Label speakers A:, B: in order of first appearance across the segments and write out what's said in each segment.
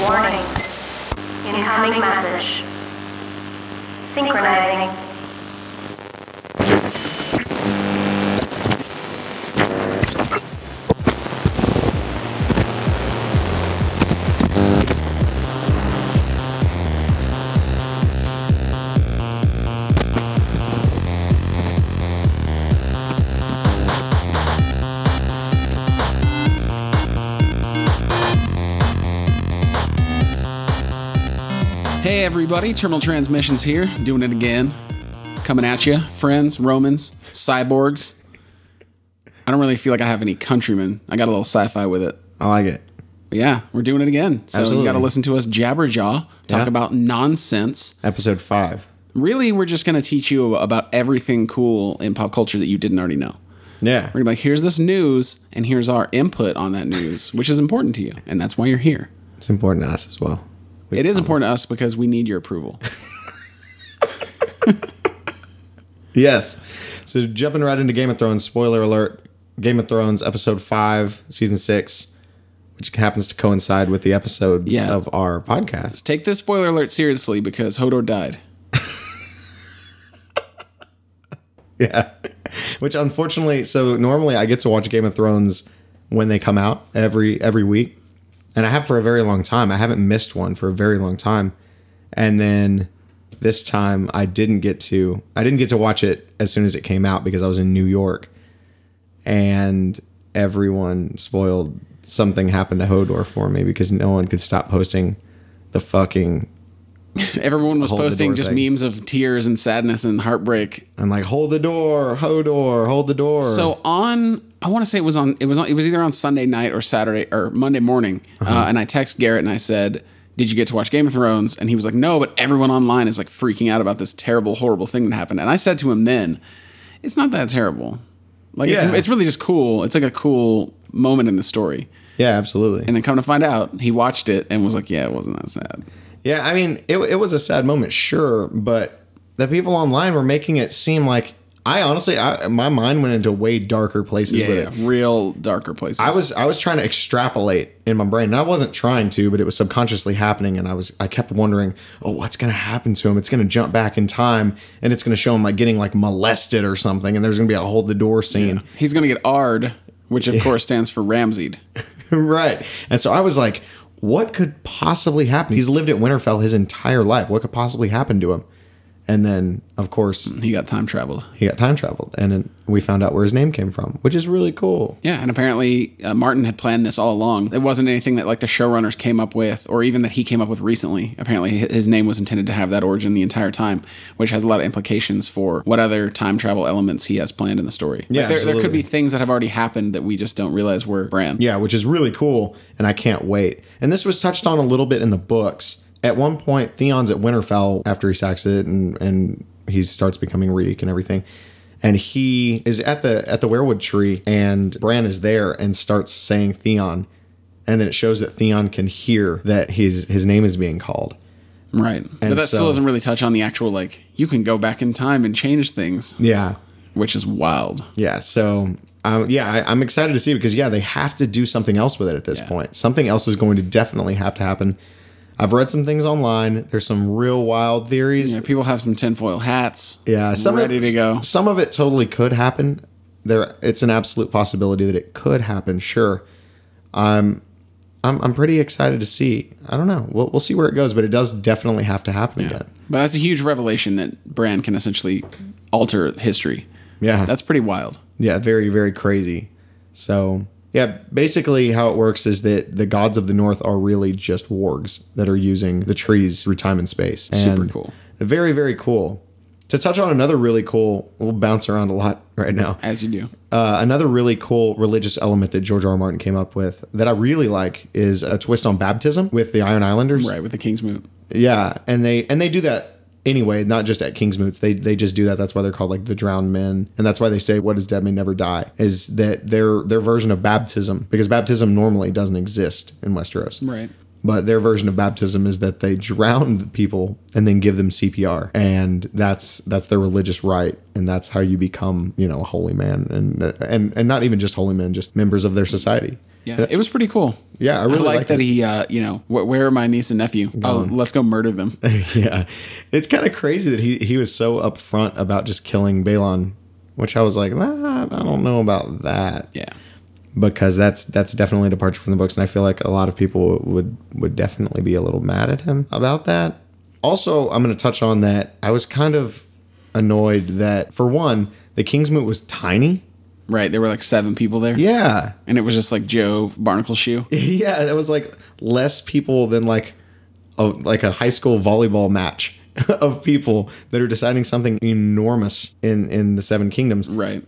A: Warning. Incoming message. Synchronizing.
B: Hey everybody, Terminal Transmissions here, doing it again. Coming at you, friends, Romans, cyborgs. I don't really feel like I have any countrymen. I got a little sci-fi with it.
C: I like it.
B: But yeah, we're doing it again. So
C: Absolutely.
B: you got to listen to us jabberjaw, talk
C: Yeah.
B: about nonsense.
C: Episode five.
B: Really, we're just going to teach you about everything cool in pop culture that you didn't already know.
C: Yeah.
B: We're going to be like, here's this news, and here's our input on that news, which is important to you, and that's why you're here.
C: It's important to us as well. We-
B: It is important to us because we need your approval.
C: Yes. So jumping right into Game of Thrones, spoiler alert Game of Thrones, episode five, season six, which happens to coincide with the episodes
B: Yeah.
C: of our podcast.
B: Take this spoiler alert seriously because Hodor died.
C: Yeah. Which unfortunately, so normally I get to watch Game of Thrones when they come out every every week. And I have for a very long time. I haven't missed one for a very long time. And then this time I didn't get to I didn't get to watch it as soon as it came out because I was in New York and everyone spoiled something happened to Hodor for me because no one could stop posting the fucking
B: Everyone was
C: Hold the
B: posting
C: door
B: just
C: thing.
B: memes of tears and sadness and heartbreak.
C: and like hold the door, Hodor, hold the door.
B: So on, I want to say it was on. It was on. It was either on Sunday night or Saturday or Monday morning. uh
C: Uh-huh.
B: and I text Garrett and I said, "Did you get to watch Game of Thrones?" And he was like, "No," but everyone online is like freaking out about this terrible, horrible thing that happened. And I said to him then, "It's not that terrible. Like it's,
C: Yeah.
B: it's really just cool. It's like a cool moment in the story."
C: yeah, absolutely.
B: And then come to find out, he watched it and was like, "Yeah, it wasn't that sad."
C: Yeah, I mean, it, it was a sad moment, sure, but the people online were making it seem like I honestly, I, my mind went into way darker places
B: Yeah,
C: with
B: yeah,
C: it.
B: real darker places.
C: I was I was trying to extrapolate in my brain, and I wasn't trying to, but it was subconsciously happening, and I was I kept wondering, oh, what's gonna happen to him? It's gonna jump back in time, and it's gonna show him like getting like molested or something, and there's gonna be a hold the door scene.
B: He's gonna get Ard, which of course stands for Ramseyed.
C: right. And so I was like, what could possibly happen? He's lived at Winterfell his entire life. What could possibly happen to him? And then, of course,
B: He got time traveled.
C: he got time traveled, and then we found out where his name came from, which is really cool.
B: Yeah, and apparently uh, Martin had planned this all along. It wasn't anything that like the showrunners came up with, or even that he came up with recently. Apparently, hi- his name was intended to have that origin the entire time, which has a lot of implications for what other time travel elements he has planned in the story. Like,
C: Yeah,
B: there, there could
C: absolutely.
B: be things that have already happened that we just don't realize were Bran.
C: Yeah, which is really cool, and I can't wait. And this was touched on a little bit in the books. At one point, Theon's at Winterfell after he sacks it, and and he starts becoming Reek and everything. And he is at the at the weirwood tree, and Bran is there and starts saying Theon, and then it shows that Theon can hear that his his name is being called.
B: right. But
C: And
B: that still
C: so-
B: doesn't really touch on the actual like you can go back in time and change things,
C: Yeah,
B: which is wild.
C: Yeah. So, um, yeah, I, I'm excited to see because yeah, they have to do something else with it at this
B: Yeah.
C: point. Something else is going to definitely have to happen. I've read some things online. There's some real wild theories.
B: Yeah, people have some tinfoil hats.
C: Yeah, some
B: ready
C: of,
B: to go.
C: Some of it totally could happen. There, it's an absolute possibility that it could happen. Sure, Um, I'm I'm, I'm pretty excited to see. I don't know. We'll, we'll see where it goes, but it does definitely have to happen again.
B: But that's a huge revelation that Bran can essentially alter history.
C: Yeah,
B: That's pretty wild.
C: Yeah, very, very crazy. So, yeah, basically how it works is that the gods of the north are really just wargs that are using the trees through time and space.
B: Super
C: And
B: cool.
C: Very, very cool. To touch on another really cool, we'll bounce around a lot right now.
B: As you do.
C: Uh, another really cool religious element that George R. R. Martin came up with that I really like is a twist on baptism with the Iron Islanders.
B: Right, with the King's Moot.
C: Yeah, and they and they do that anyway, not just at King's Moots. They they just do that. That's why they're called like the drowned men, and that's why they say "What is dead may never die" is that their their version of baptism because baptism normally doesn't exist in Westeros.
B: Right.
C: But their version of baptism is that they drown the people and then give them CPR, and that's that's their religious rite, and that's how you become, you know, a holy man, and and and not even just holy men, just members of their society.
B: Yeah,
C: That's-
B: it was pretty cool.
C: Yeah, I really
B: like
C: liked
B: that
C: it. Mm-hmm.
B: he, uh, you know, wh- where are my niece and nephew? Oh, let's go murder them.
C: yeah, it's kind of crazy that he he was so upfront about just killing Balon, which I was like, "Nah, I don't know about that.
B: yeah,
C: because that's that's definitely a departure from the books, and I feel like a lot of people would would definitely be a little mad at him about that. Also, I'm going to touch on that. I was kind of annoyed that for one, the Kingsmoot was tiny.
B: right. There were like seven people there,
C: Yeah,
B: and it was just like Joe Barnacle Shoe.
C: yeah, that was like less people than like a like a high school volleyball match of people that are deciding something enormous in in the Seven Kingdoms.
B: Right.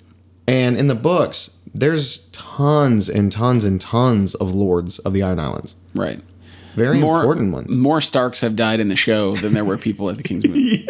C: And in the books, there's tons and tons and tons of lords of the Iron Islands.
B: Right.
C: Very important ones.
B: More Starks have died in the show than there were people at the King's Moot.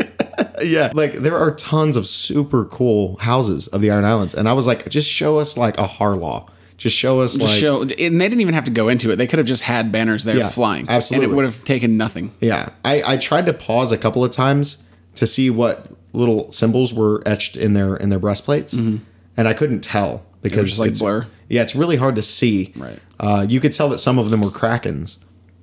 C: Yeah, like there are tons of super cool houses of the Iron Islands, and I was like, just show us like a Harlaw. Just show us
B: The
C: like
B: show, and they didn't even have to go into it. They could have just had banners there
C: Yeah,
B: flying, and
C: absolutely.
B: it would have taken nothing.
C: Yeah, I, I tried to pause a couple of times to see what little symbols were etched in their in their breastplates, and I couldn't tell because
B: Mm-hmm. just like
C: it's-
B: blur?
C: Yeah, it's really hard to see.
B: Right.
C: Uh, you could tell that some of them were krakens,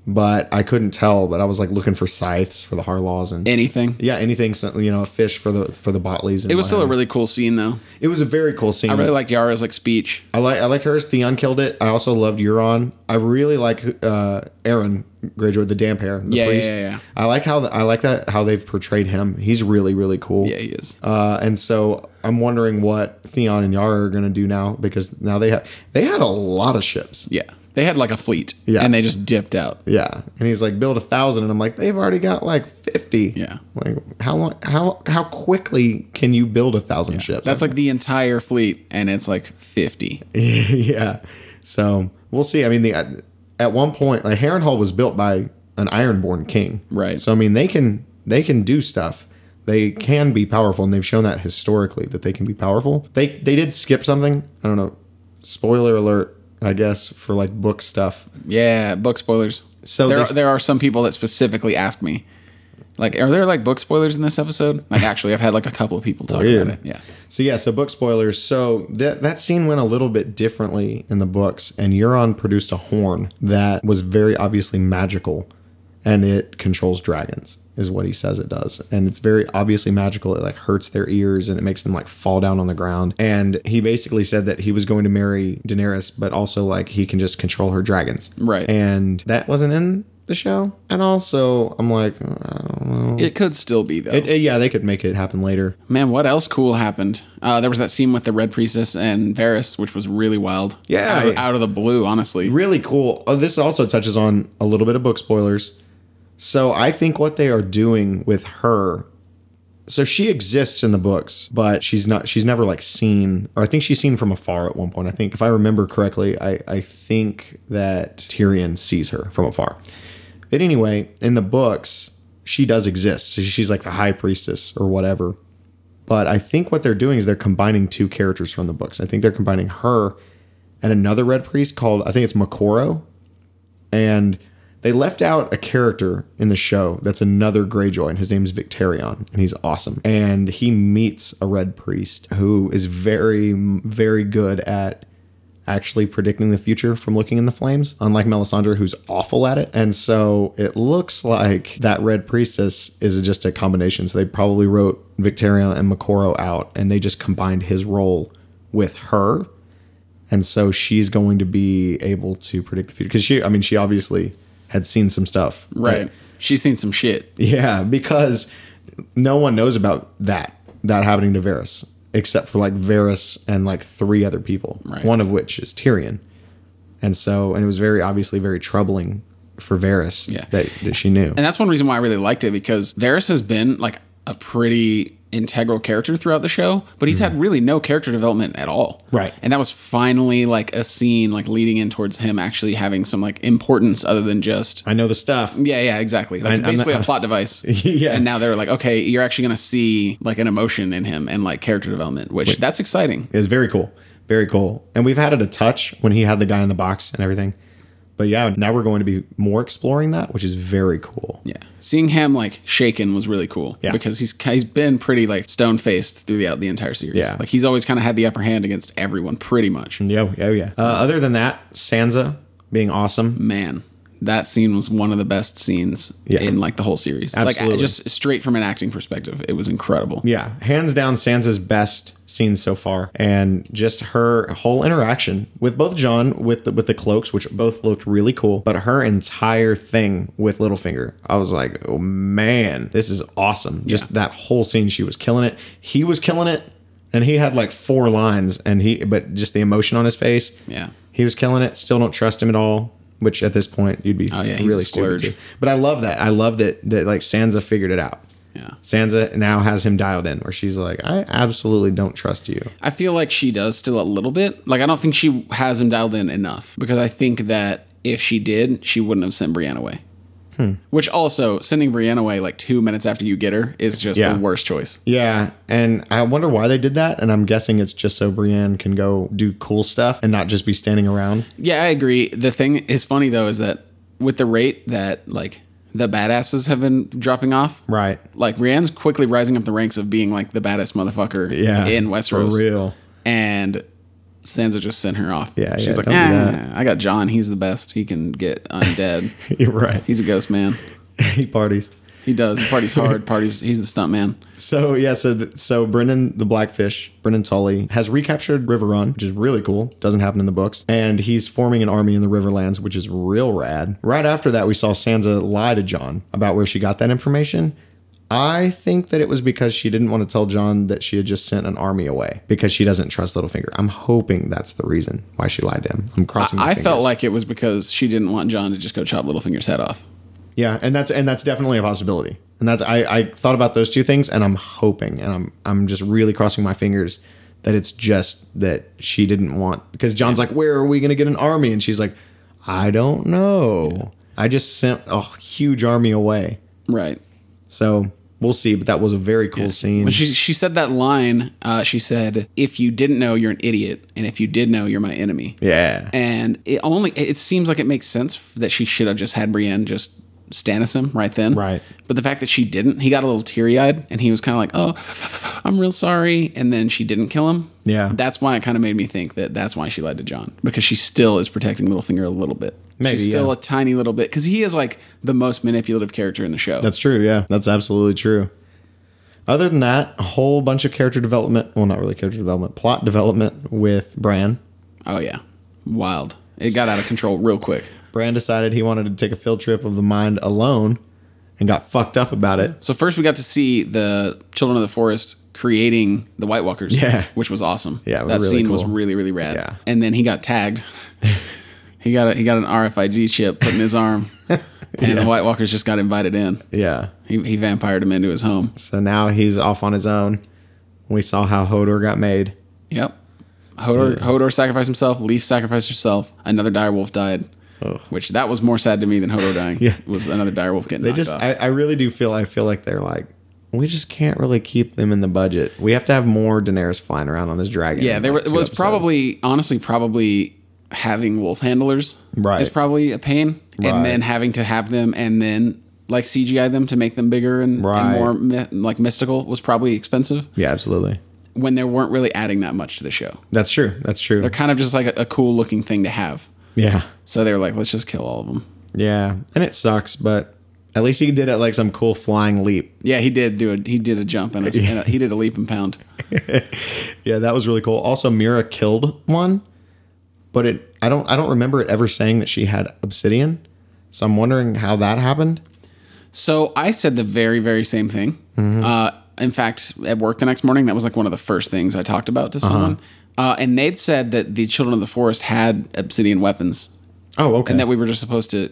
C: but I couldn't tell. But I was like looking for scythes for the Harlaws and.
B: Anything.
C: yeah, anything so- you know, a fish for the for the Botleys. And
B: It was still a
C: really
B: really cool scene, though.
C: it was a very cool scene.
B: I really like Yara's like speech.
C: I like I liked hers. Theon killed it. I also loved Euron. I really like uh Aaron Greyjoy, the damp hair, the
B: Yeah, yeah,
C: priest.
B: yeah, yeah.
C: I like how the, I like that how they've portrayed him. He's really really cool.
B: Yeah, he is.
C: Uh, and so I'm wondering what Theon and Yara are gonna do now because now they have they had a lot of ships.
B: Yeah, they had like a fleet,
C: Yeah.
B: and they just dipped out.
C: Yeah, and he's like build a thousand, and I'm like they've already got like fifty.
B: Yeah.
C: like how long how how quickly can you build a thousand ships?
B: That's like the entire fleet, and it's like fifty.
C: yeah. So we'll see. I mean, the at one point, like Harrenhal was built by an Ironborn king,
B: Right.
C: So I mean, they can they can do stuff. They can be powerful, and they've shown that historically that they can be powerful. They they did skip something. I don't know. Spoiler alert, I guess for like book stuff.
B: Yeah, book spoilers.
C: So
B: there,
C: they-
B: are, there are some people that specifically ask me, like, are there like book spoilers in this episode? Like, actually, I've had like a couple of people talk
C: Weird.
B: about it. Yeah,
C: So yeah, so book spoilers. So that that scene went a little bit differently in the books, and Euron produced a horn that was very obviously magical, and it controls dragons, is what he says it does, and it's very obviously magical. It like hurts their ears and it makes them like fall down on the ground. And he basically said that he was going to marry Daenerys, but also like he can just control her dragons,
B: Right.
C: And that wasn't in the show, and also I'm like, I don't know.
B: it could still be though.
C: It- it- yeah, they could make it happen later.
B: Man, what else cool happened? Uh, there was that scene with the Red Priestess and Varys, which was really wild.
C: Yeah.
B: out, out of the blue, honestly.
C: really cool. Oh, this also touches on a little bit of book spoilers. So I think what they are doing with her. So she exists in the books, but she's not. She's never like seen, or I think she's seen from afar at one point. I think, if I remember correctly, I I think that Tyrion sees her from afar. But anyway, in the books, she does exist. So she's like the high priestess or whatever. But I think what they're doing is they're combining two characters from the books. I think they're combining her and another red priest called I think it's Makoro. And they left out a character in the show that's another Greyjoy, and his name's Victarion, and he's awesome. And he meets a red priest who is very, very good at actually predicting the future from looking in the flames, unlike Melisandre, who's awful at it. And so it looks like that red priestess is just a combination. So they probably wrote Victarion and Makoro out, and they just combined his role with her and so she's going to be able to predict the future because she i mean she obviously had seen some stuff that-
B: Right, she's seen some shit.
C: yeah because no one knows about that that happening to Varys except for like Varys and like three other people
B: Right.
C: one of which is Tyrion and so and it was very obviously very troubling for Varys
B: Yeah.
C: that, that she knew
B: And that's one reason why I really liked it because Varys has been like a pretty integral character throughout the show, but he's had really no character development at all.
C: Mm-hmm. Right.
B: And that was finally like a scene like leading in towards him actually having some like importance other than just
C: I know the stuff
B: yeah, yeah, exactly. Like
C: I'm
B: basically
C: not-
B: a plot device.
C: Yeah.
B: And now they're like, okay, you're actually gonna see like an emotion in him and like character development, which that's exciting.
C: It was very cool. Very cool. And we've had it a touch when he had the guy in the box and everything. But yeah, now we're going to be more exploring that, which is very cool.
B: Yeah, seeing him like shaken was really cool.
C: Yeah.
B: because he's he's been pretty like stone faced throughout the entire series.
C: Yeah.
B: like he's always kind of had the upper hand against everyone, pretty much.
C: Yeah, yeah, yeah. Uh, other than that, Sansa being awesome.
B: Man, that scene was one of the best scenes
C: Yeah.
B: in like the whole series.
C: Absolutely.
B: Like just straight from an acting perspective, it was incredible.
C: Yeah, hands down, Sansa's best scene so far, and just her whole interaction with both John with the, with the cloaks, which both looked really cool. But her entire thing with Littlefinger, I was like, oh man, this is awesome. Just that whole scene, she was killing it. He was killing it, and he had like four lines, and he but just the emotion on his face.
B: Yeah.
C: He was killing it. Still don't trust him at all. Which at this point you'd be
B: Oh, yeah, he's a
C: really stupid
B: splurge.
C: too. But I love that. I love that that like Sansa figured it out.
B: Yeah.
C: Sansa now has him dialed in, where she's like, I absolutely don't trust you.
B: I feel like she does still a little bit. Like I don't think she has him dialed in enough because I think that if she did, she wouldn't have sent Brienne away.
C: Hmm.
B: Which also sending Brienne away like two minutes after you get her is just
C: Yeah.
B: the worst choice.
C: Yeah, and I wonder why they did that. And I'm guessing it's just so Brienne can go do cool stuff and not just be standing around.
B: Yeah, I agree. The thing is funny though is that with the rate that like the badasses have been dropping off,
C: Right.
B: like Brienne's quickly rising up the ranks of being like the baddest motherfucker
C: Yeah.
B: in Westeros.
C: For real.
B: and Sansa just sent her off.
C: Yeah,
B: she's
C: yeah,
B: like,
C: don't do
B: ah, I got John. He's the best. He can get undead.
C: You're right.
B: he's a ghost man.
C: he parties.
B: He does. He parties hard. Parties. He's the stunt man.
C: So yeah, so th- so Brennan the Blackfish, Brennan Tully has recaptured River Run, which is really cool. Doesn't happen in the books, and he's forming an army in the Riverlands, which is real rad. Right after that, we saw Sansa lie to John about where she got that information. I think that it was because she didn't want to tell John that she had just sent an army away because she doesn't trust Littlefinger. I'm hoping that's the reason why she lied to him. I'm crossing. my
B: I felt
C: fingers.
B: like it was because she didn't want John to just go chop Littlefinger's head off.
C: Yeah, and that's and that's definitely a possibility. And that's I, I thought about those two things, and I'm hoping, and I'm I'm just really crossing my fingers that it's just that she didn't want because John's like, where are we gonna get an army? And she's like, I don't know. I just sent a huge army away,
B: Right.
C: so we'll see. But that was a very cool scene.
B: When she she said that line, uh, she said, "If you didn't know, you're an idiot, and if you did know, you're my enemy."
C: yeah,
B: And it only it seems like it makes sense f- that she should have just had Brienne just Stannis him right then.
C: Right.
B: But the fact that she didn't, he got a little teary eyed, and he was kind of like, "Oh, I'm real sorry." And then she didn't kill him.
C: Yeah.
B: That's why it kind of made me think that that's why she lied to John because she still is protecting Littlefinger a little bit.
C: Maybe,
B: She's still
C: yeah.
B: a tiny little bit because he is like the most manipulative character in the show.
C: that's true. Yeah, that's absolutely true. Other than that, a whole bunch of character development. Well, not really character development, plot development with Bran.
B: oh yeah, wild. It got out of control real quick.
C: Bran decided he wanted to take a field trip of the mind alone and got fucked up about it.
B: So first we got to see the Children of the Forest creating the White Walkers.
C: Yeah.
B: Which was awesome.
C: Yeah,
B: That
C: really
B: scene was
C: cool.
B: really, really rad.
C: Yeah.
B: And then he got tagged. he got a, he got an RFID chip put in his arm. And the White Walkers just got invited in.
C: Yeah.
B: He, he vampired him into his home.
C: So now he's off on his own. We saw how Hodor got made.
B: Yep. Hodor Hodor sacrificed himself, Leaf sacrificed herself, another direwolf died. Which that was more sad to me than Hodor dying.
C: Yeah.
B: Was another direwolf getting
C: They
B: knocked
C: just
B: off.
C: I, I really do feel I feel like they're like we just can't really keep them in the budget. We have to have more Daenerys flying around on this dragon.
B: Yeah,
C: in,
B: there
C: like,
B: was,
C: two
B: was
C: episodes.
B: probably honestly probably having wolf handlers
C: Right.
B: is probably a pain,
C: Right.
B: and then having to have them and then like CGI them to make them bigger and, and
C: Right.
B: more mi- like mystical was probably expensive
C: Yeah, absolutely.
B: when they weren't really adding that much to the show.
C: That's true. That's true.
B: They're kind of just like a, a cool looking thing to have.
C: yeah.
B: So they were like, let's just kill all of them.
C: Yeah. And it sucks, but at least he did it like some cool flying leap.
B: Yeah, he did do a he did a jump and, a, and a- he did a leap and pound.
C: Yeah, that was really cool. Also, Mira killed one, but it I don't I don't remember it ever saying that she had obsidian. So I'm wondering how that happened.
B: So I said the very, very same thing. Uh, in fact, at work the next morning, that was like one of the first things I talked about to someone. uh and they'd said that the Children of the Forest had obsidian weapons
C: Oh, okay.
B: and that we were just supposed to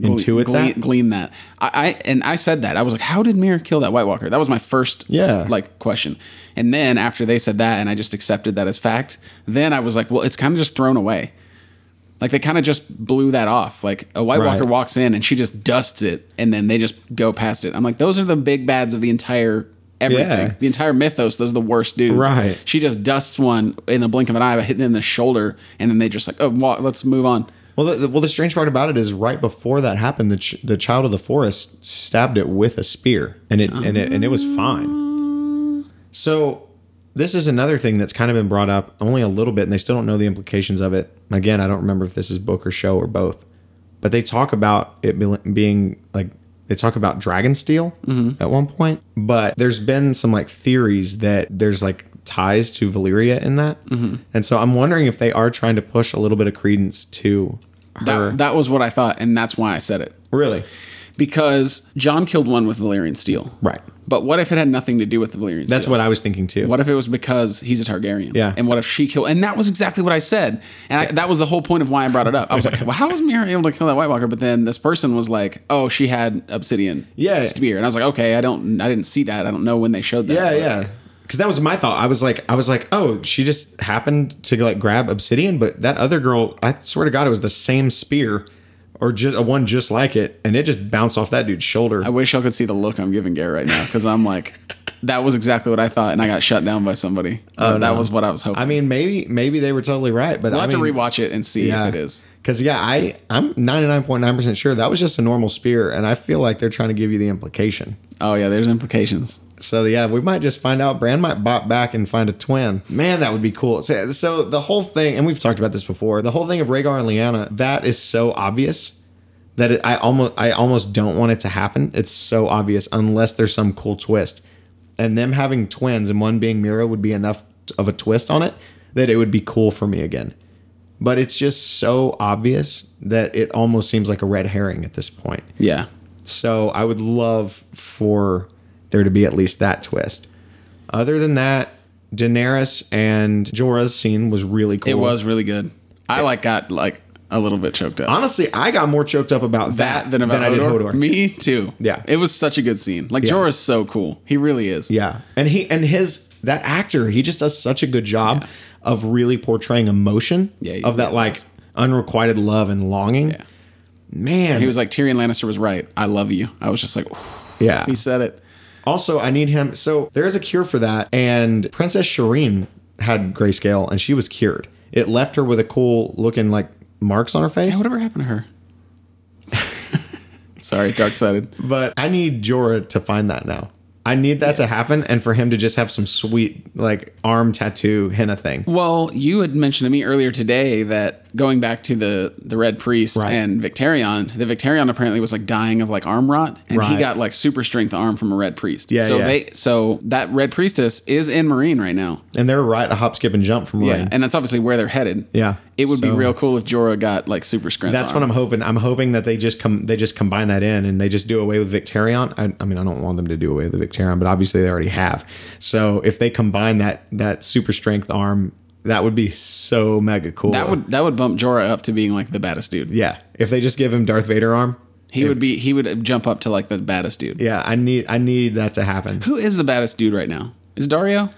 B: gle-
C: Intuit
B: glean,
C: that?
B: glean that. I, I and I said that I was like, how did Mira kill that White Walker? That was my first
C: Yeah.
B: like question. And then after they said that, and I just accepted that as fact. Then I was like, well, it's kind of just thrown away. Like they kind of just blew that off. Like a White
C: Right.
B: Walker walks in and she just dusts it, and then they just go past it. I'm like, those are the big bads of the entire everything,
C: Yeah.
B: the entire mythos. Those are the worst dudes.
C: Right.
B: She just dusts one in a blink of an eye by hitting it in the shoulder, and then they just like, oh, walk, let's move on.
C: Well, the, the- well, the strange part about it is right before that happened, the ch- the child of the forest stabbed it with a spear, and it and it and it was fine. So this is another thing that's kind of been brought up only a little bit, and they still don't know the implications of it. Again, I don't remember if this is book or show or both, but they talk about it be- being like they talk about dragon steel
B: Mm-hmm.
C: at one point, but there's been some like theories that there's like ties to Valyria in that,
B: Mm-hmm.
C: and so I'm wondering if they are trying to push a little bit of credence to her.
B: That, that was what I thought, and that's why I said it.
C: Really?
B: Because John killed one with Valyrian steel.
C: Right.
B: But what if it had nothing to do with the Valyrian
C: That's
B: steel?
C: what I was thinking too.
B: What if it was because he's a Targaryen?
C: Yeah.
B: And what if she killed? And that was exactly what I said. And I, that was the whole point of why I brought it up. I was like, well, how was Mira able to kill that White Walker? But then this person was like, oh, she had obsidian
C: Yeah.
B: spear. And I was like, okay, I don't, I didn't see that. I don't know when they showed that.
C: yeah,
B: But-
C: yeah. Because that was my thought. I was like, I was like, oh, she just happened to like grab obsidian, but that other girl, I swear to God, it was the same spear, or just a one just like it, and it just bounced off that dude's shoulder.
B: I wish y'all could see the look I'm giving Garrett right now because I'm like, that was exactly what I thought, and I got shut down by somebody. But that was what I was hoping.
C: Oh, I mean, maybe maybe they were totally right, but
B: I'll
C: I
B: have
C: mean,
B: to rewatch it and see
C: yeah.
B: if it is.
C: Because yeah, I I'm 99.9 percent sure that was just a normal spear, and I feel like they're trying to give you the implication.
B: Oh yeah, there's implications.
C: So yeah, we might just find out. Brand might bop back and find a twin. Man, that would be cool. So, so the whole thing, and we've talked about this before, the whole thing of Rhaegar and Lyanna, that is so obvious that it, I almost I almost don't want it to happen. It's so obvious unless there's some cool twist. And them having twins and one being Mira would be enough of a twist on it that it would be cool for me again. But it's just so obvious that it almost seems like a red herring at this point.
B: Yeah,
C: So I would love for there to be at least that twist. Other than that, Daenerys and Jorah's scene was really cool.
B: it was really good. I like got like a little bit choked up.
C: Honestly, I got more choked up about that,
B: that than about
C: I did
B: Hodor.
C: Hodor.
B: Me too.
C: Yeah.
B: it was such a good scene. Like
C: Yeah.
B: Jorah's so cool. He really is.
C: Yeah. And he and his that actor, he just does such a good job of really portraying emotion
B: Yeah, he
C: of that
B: really
C: like
B: does.
C: unrequited love and longing.
B: Yeah.
C: Man.
B: He was like Tyrion Lannister was right. I love you. I was just like,
C: yeah.
B: he said it.
C: Also, I need him. So there is a cure for that. And Princess Shireen had grayscale and she was cured. It left her with a cool looking like marks on her
B: Yeah,
C: face.
B: whatever happened to her? Sorry, dark sided.
C: But I need Jorah to find that now. I need that to happen and for him to just have some sweet like arm tattoo henna thing.
B: Well, you had mentioned to me earlier today that going back to the the Red Priest
C: Right.
B: and Victarion, the Victarion apparently was like dying of like arm rot, and
C: Right.
B: he got like super strength arm from a Red Priest.
C: Yeah,
B: so
C: yeah.
B: they so that Red Priestess is in Marine right now.
C: And they're right a hop, skip, and jump from Lorraine.
B: and that's obviously where they're headed.
C: Yeah.
B: it would be
C: So-
B: real cool if Jorah got like super strength.
C: That's
B: arm.
C: what I'm hoping. I'm hoping that they just come, they just combine that in, and they just do away with Victarion. I, I mean, I don't want them to do away with the Victarion, but obviously they already have. So if they combine that that super strength arm, that would be so mega cool.
B: That would that would bump Jorah up to being like the baddest dude.
C: yeah. If they just give him Darth Vader arm,
B: He would be he would jump up to like the baddest dude.
C: yeah, I need I need that to happen.
B: Who is the baddest dude right now? Is Dario?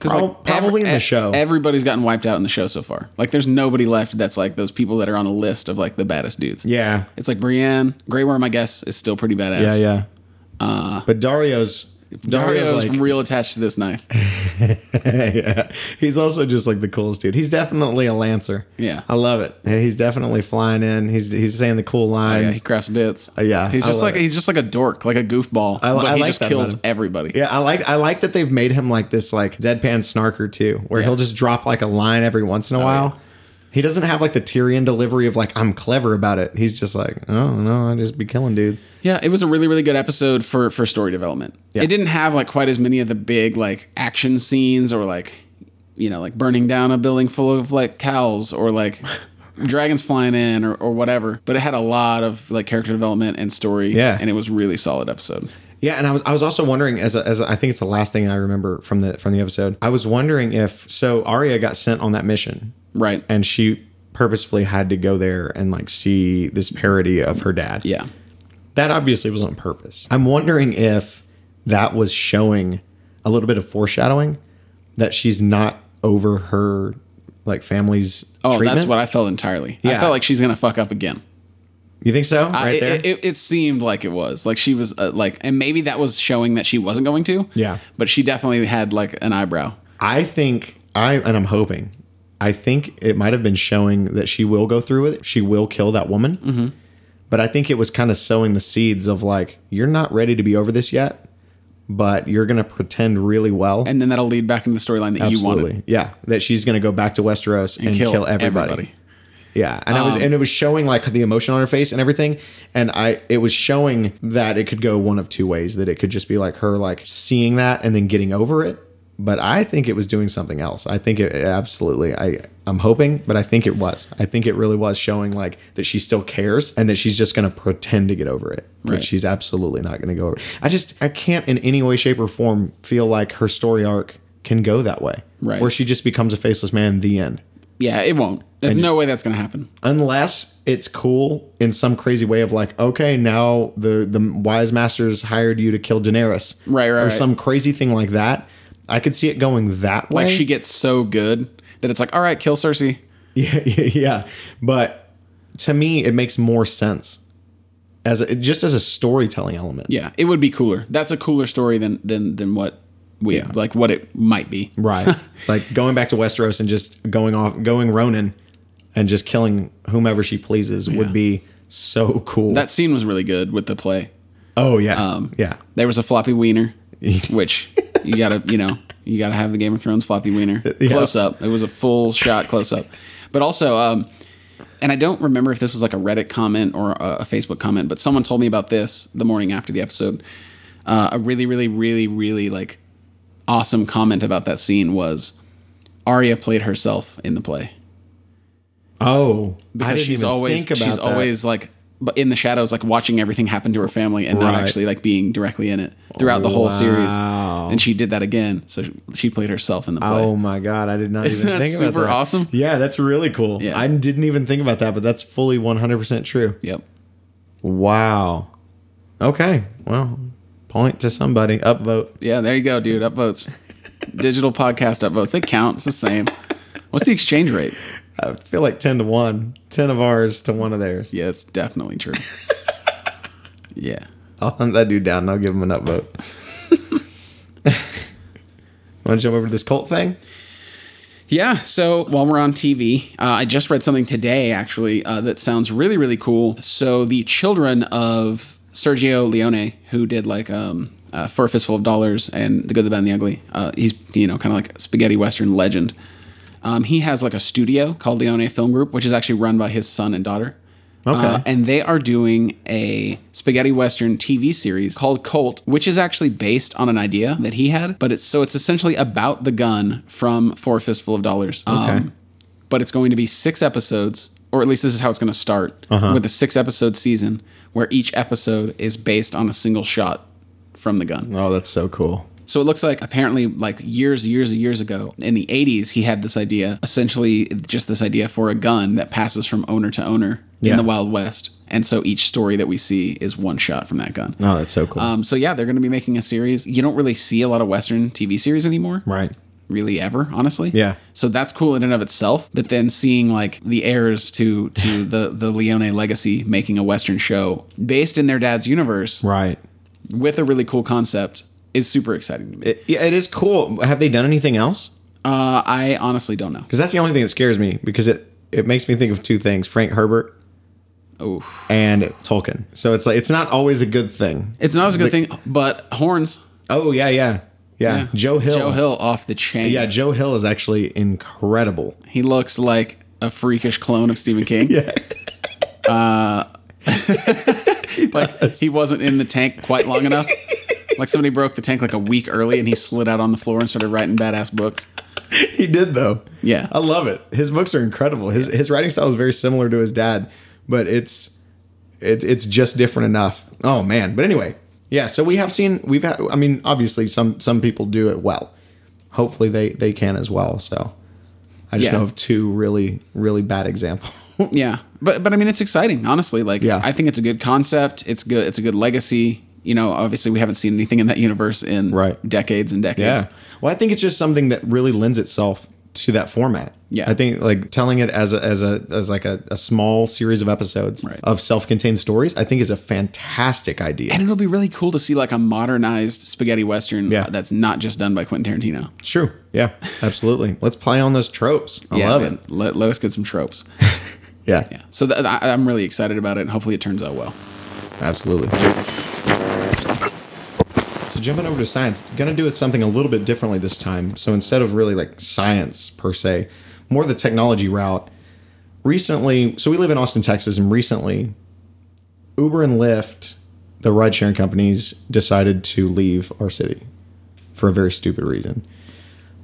B: 'Cause,
C: Prob- probably in the
B: ev-
C: show.
B: Everybody's gotten wiped out in the show so far. Like there's nobody left that's like those people that are on a list of like the baddest dudes.
C: Yeah,
B: It's like Brienne, Grey Worm, I guess, is still pretty badass.
C: yeah, yeah.
B: Uh,
C: but Dario's Dario's,
B: Dario's,
C: like
B: real attached to this knife.
C: yeah. he's also just like the coolest dude. He's definitely a lancer.
B: Yeah.
C: I love it. He's definitely flying in. He's he's saying the cool lines.
B: Oh, Yeah, he crafts bits.
C: Uh, yeah,
B: He's
C: I
B: just
C: love
B: like
C: it.
B: he's just like a dork, like a goofball.
C: I li-
B: but
C: I
B: he
C: like
B: just
C: that about him.
B: kills everybody.
C: Yeah, I like I like that they've made him like this like deadpan snarker too, where he'll just drop like a line every once in a while. He doesn't have like the Tyrion delivery of like I'm clever about it. He's just like, oh no, I just be killing dudes.
B: Yeah, it was a really really good episode for for story development. It didn't have like quite as many of the big like action scenes or like you know like burning down a building full of like cows or like dragons flying in or, or whatever. But it had a lot of like character development and story.
C: Yeah.
B: and it was really solid episode.
C: Yeah, and I was I was also wondering as a, as a, I think it's the last thing I remember from the from the episode. I was wondering if so Arya got sent on that mission
B: Right.
C: and she purposefully had to go there and like see this parody of her dad.
B: yeah.
C: that obviously was on purpose. I'm wondering if that was showing a little bit of foreshadowing that she's not over her like family's
B: Oh,
C: treatment.
B: that's what I felt entirely. I
C: Yeah.
B: felt like she's gonna fuck up again.
C: you think so? right
B: it,
C: there.
B: It, it, it seemed like it was like she was uh, like, and maybe that was showing that she wasn't going to.
C: Yeah.
B: but she definitely had like an eyebrow.
C: I think I and I'm hoping I think it might have been showing that she will go through with it. She will kill that woman.
B: Mm-hmm.
C: But I think it was kind of sowing the seeds of like, you're not ready to be over this yet, but you're going to pretend really well.
B: and then that'll lead back into the storyline that you wanted
C: Absolutely. Yeah. That she's going to go back to Westeros and,
B: and
C: kill, everybody. Yeah. And I
B: Um,
C: was, and it was showing like the emotion on her face and everything. And I, it was showing that it could go one of two ways that it could just be like her, like seeing that and then getting over it. But I think it was doing something else. I think it, it absolutely, I, I'm hoping, but I think it was. I think it really was showing like that she still cares and that she's just going to pretend to get over it. But
B: Right.
C: she's absolutely not going to go over it. I just, I can't in any way, shape, or form feel like her story arc can go that way.
B: Right.
C: Where she just becomes a faceless man, the end
B: Yeah, it won't. There's no way that's going to happen.
C: unless it's cool in some crazy way of like, okay, now the the wise masters hired you to kill Daenerys,
B: Right, right,
C: or
B: right.
C: some crazy thing like that. I could see it going that way.
B: Like she gets so good that it's like, all right, kill Cersei.
C: yeah, yeah. But to me, it makes more sense as a, just as a storytelling element,
B: Yeah, it would be cooler. That's a cooler story than than than what we like what it might be.
C: right? it's like going back to Westeros and just going off, going Ronin, and just killing whomever she pleases would
B: Yeah.
C: be so cool.
B: That scene was really good with the play.
C: oh yeah,
B: um,
C: yeah.
B: There was a floppy wiener, which you gotta you know you gotta have the Game of Thrones floppy wiener
C: Yeah.
B: close up. It was a full shot close up, but also. um and I don't remember if this was like a Reddit comment or a, a Facebook comment, but someone told me about this the morning after the episode. Uh, a really, really, really, really like awesome comment about that scene was Arya played herself in the play.
C: Oh, I
B: because
C: didn't
B: she's
C: even
B: always
C: think about
B: she's
C: that.
B: always like but in the shadows like watching everything happen to her family and not
C: Right.
B: actually like being directly in it throughout the whole series
C: Wow.
B: and she did that again so she played herself in the play
C: Oh my god, I did not
B: Isn't
C: even
B: that
C: think about
B: super
C: that.
B: awesome?
C: Yeah, that's really cool.
B: Yeah.
C: I didn't even think about that, but that's fully 100% true.
B: yep
C: Wow. Okay. Well, point to somebody. Upvote.
B: yeah there you go dude upvotes digital podcast upvotes they count it's the same what's the exchange rate
C: I feel like 10 to 1. 10 of ours to 1 of theirs.
B: yeah it's definitely true yeah
C: I'll hunt that dude down and I'll give him an upvote. Want to jump over to this cult thing?
B: Yeah. So while we're on TV, uh, I just read something today actually uh, that sounds really really cool. So the children of Sergio Leone, who did like um, uh, For a Fistful of Dollars and The Good, the Bad, and the Ugly, uh, he's you know kind of like a spaghetti western legend. Um, he has like a studio called Leone Film Group, which is actually run by his son and daughter.
C: Okay.
B: Uh, and they are doing a spaghetti western TV series called Colt, which is actually based on an idea that he had. But it's so it's essentially about the gun from For a Fistful of Dollars. Um,
C: Okay.
B: but it's going to be six episodes, or at least this is how it's going to start with a six episode season where each episode is based on a single shot from the gun.
C: Oh, that's so cool.
B: So it looks like apparently, like years, years, years ago in the 80s, he had this idea essentially just this idea for a gun that passes from owner to owner
C: Yeah.
B: in the Wild West. And so each story that we see is one shot from that gun.
C: Oh, that's so cool.
B: Um, so yeah, they're going to be making a series. You don't really see a lot of Western TV series anymore,
C: right.
B: really ever, honestly.
C: Yeah.
B: So that's cool in and of itself. But then seeing like the heirs to to the the Leone legacy making a Western show based in their dad's universe
C: Right.
B: with a really cool concept is super exciting to me.
C: It, yeah, it is cool. Have they done anything else?
B: Uh, I honestly don't know.
C: Because that's the only thing that scares me because it it makes me think of two things: Frank Herbert
B: Oh,
C: and Tolkien. So it's like it's not always a good thing.
B: it's not as a good thing, but horns.
C: Oh yeah, yeah, yeah.
B: Yeah.
C: Joe Hill.
B: Joe Hill off the chain.
C: Yeah, Joe Hill is actually incredible.
B: he looks like a freakish clone of Stephen King. Uh,
C: Yeah.
B: like he wasn't in the tank quite long enough. Like somebody broke the tank like a week early, and he slid out on the floor and started writing badass books.
C: he did though.
B: Yeah.
C: I love it. His books are incredible. His his writing style is very similar to his dad, but it's it's it's just different enough. Oh man. But anyway, yeah, so we have seen we've had I mean, obviously some some people do it well. Hopefully they they can as well. So I just
B: Yeah.
C: know of two really really bad examples.
B: Yeah, but but I mean, it's exciting, honestly. Like,
C: Yeah.
B: I think it's a good concept. It's good. It's a good legacy. You know, obviously, we haven't seen anything in that universe in
C: Right.
B: decades and decades.
C: Yeah. Well, I think it's just something that really lends itself to that format.
B: Yeah.
C: I think like telling it as a as a as like a, a small series of episodes
B: Right.
C: of self-contained stories, I think is a fantastic idea.
B: And it'll be really cool to see like a modernized spaghetti western uh,
C: Yeah.
B: that's not just done by Quentin Tarantino.
C: True. Yeah, absolutely. Let's play on those tropes. I love it.
B: Let, let us get some tropes.
C: Yeah,
B: Yeah. So th- I, I'm really excited about it, and hopefully it turns out well.
C: absolutely. So jumping over to science, gonna do it something a little bit differently this time. So instead of really like science per se, more the technology route. Recently, so we live in Austin, Texas, and recently, Uber and Lyft, the ride sharing companies, decided to leave our city for a very stupid reason.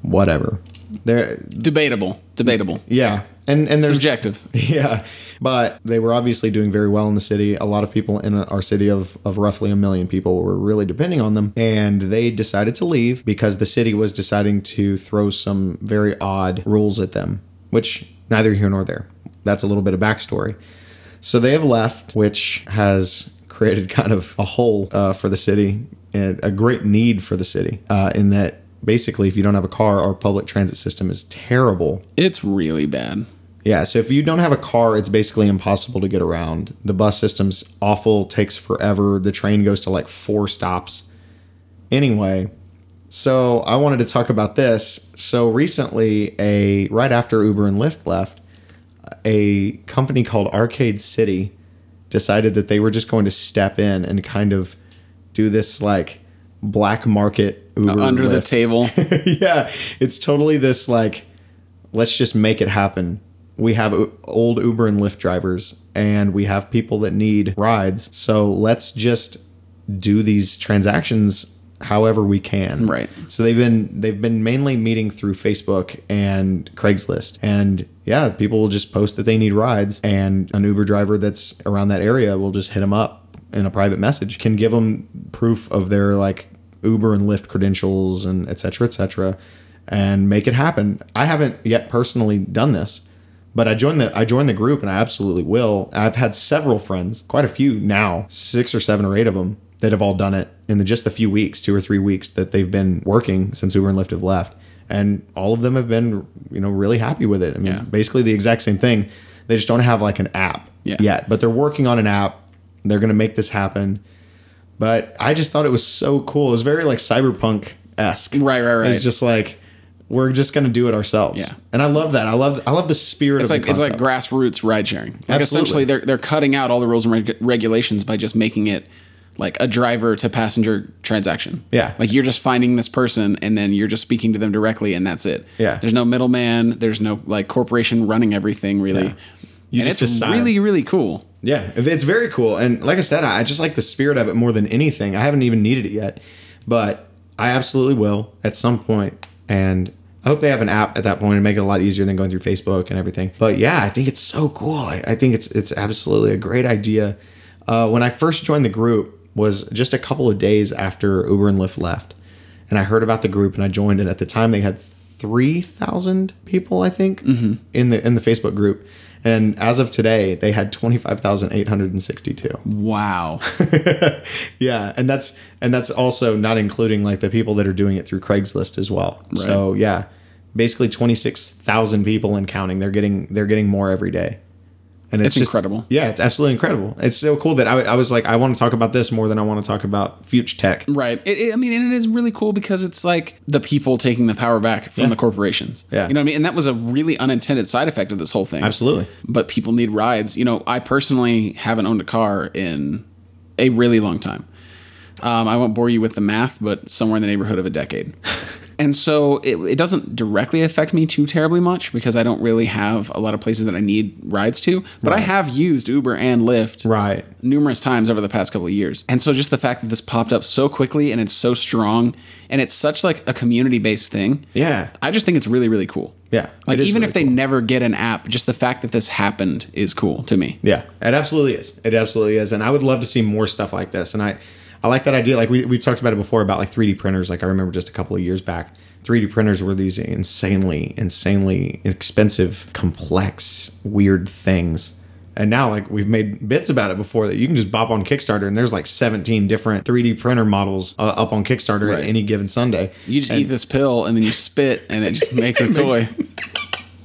C: Whatever. There,
B: Debatable. Debatable.
C: yeah, and and there's
B: Subjective.
C: Yeah, but they were obviously doing very well in the city. A lot of people in our city of, of roughly a million people were really depending on them. And they decided to leave because the city was deciding to throw some very odd rules at them, which neither here nor there. That's a little bit of backstory. So they have left, which has created kind of a hole uh, for the city and a great need for the city uh, in that basically, if you don't have a car, our public transit system is terrible.
B: It's really bad.
C: Yeah, so if you don't have a car, it's basically impossible to get around. The bus system's awful, takes forever. The train goes to like four stops. Anyway, so I wanted to talk about this. So recently, a right after Uber and Lyft left, a company called Arcade City decided that they were just going to step in and kind of do this like black market Uber
B: Under the
C: Lyft
B: table.
C: yeah, it's totally this like, let's just make it happen. We have u- old Uber and Lyft drivers, and we have people that need rides. So let's just do these transactions however we can.
B: Right.
C: So they've been they've been mainly meeting through Facebook and Craigslist, and yeah, people will just post that they need rides, and an Uber driver that's around that area will just hit them up in a private message, can give them proof of their like Uber and Lyft credentials and et cetera, et cetera, and make it happen. I haven't yet personally done this. But I joined the I joined the group and I absolutely will. I've had several friends, quite a few now, six or seven or eight of them that have all done it in the, just the few weeks, two or three weeks that they've been working since Uber and Lyft have left, and all of them have been you know really happy with it. I mean, it's
B: Yeah.
C: basically the exact same thing. They just don't have like an app
B: Yeah.
C: yet, but they're working on an app. They're going to make this happen. But I just thought it was so cool. It was very like cyberpunk esque.
B: Right, right, right.
C: It's just like we're just going to do it ourselves.
B: Yeah.
C: And I love that. I love I love the spirit
B: It's
C: of
B: like
C: the
B: it's like
C: concept.
B: grassroots ride sharing. Like
C: Absolutely.
B: essentially, they're they're cutting out all the rules and reg- regulations by just making it like a driver to passenger transaction.
C: Yeah.
B: like you're just finding this person and then you're just speaking to them directly, and that's it.
C: Yeah.
B: there's no middleman. There's no like corporation running everything really.
C: You
B: and
C: just
B: it's
C: decide.
B: really really cool.
C: Yeah, it- it's very cool. And like I said, I I just like the spirit of it more than anything. I haven't even needed it yet, but I absolutely will at some point. And I hope they have an app at that point and make it a lot easier than going through Facebook and everything. But yeah, I think it's so cool. I, I think it's it's absolutely a great idea. Uh, when I first joined the group was just a couple of days after Uber and Lyft left, and I heard about the group and I joined. And at the time, they had three thousand people, I think, in the in the Facebook group. And as of today, they had twenty five thousand eight hundred and sixty two.
B: Wow,
C: Yeah, and that's and that's also not including like the people that are doing it through Craigslist as well. So yeah, basically twenty six thousand people and counting. They're getting they're getting more every day. And it's
B: It's
C: just-
B: incredible.
C: Yeah, it's absolutely incredible. It's so cool that I, I was like, I want to talk about this more than I want to talk about future tech.
B: right? It, it- I mean, and it is really cool because it's like the people taking the power back from
C: Yeah.
B: the corporations.
C: Yeah.
B: you know what I mean. And that was a really unintended side effect of this whole thing.
C: Absolutely.
B: but people need rides. You know, I personally haven't owned a car in a really long time. Um, I won't bore you with the math, but somewhere in the neighborhood of a decade. and so it, it doesn't directly affect me too terribly much because I don't really have a lot of places that I need rides to. But I have used Uber and Lyft
C: Right.
B: numerous times over the past couple of years. And so just the fact that this popped up so quickly and it's so strong and it's such like a community based thing.
C: Yeah.
B: I just think it's really, really cool.
C: Yeah.
B: Like
C: It is
B: even
C: really
B: if they never get an app, just the fact that this happened is cool to me.
C: Yeah, it absolutely is. It absolutely is, and I would love to see more stuff like this. And I, I like that idea. Like we we talked about it before about like 3D printers. Like I remember just a couple of years back, 3D printers were these insanely, insanely expensive, complex, weird things. And now, like we've made bits about it before, that you can just bop on Kickstarter, and there's like 17 different 3D printer models uh, up on Kickstarter
B: Right.
C: at any given Sunday.
B: You just eat this pill and then you spit and it just makes a toy.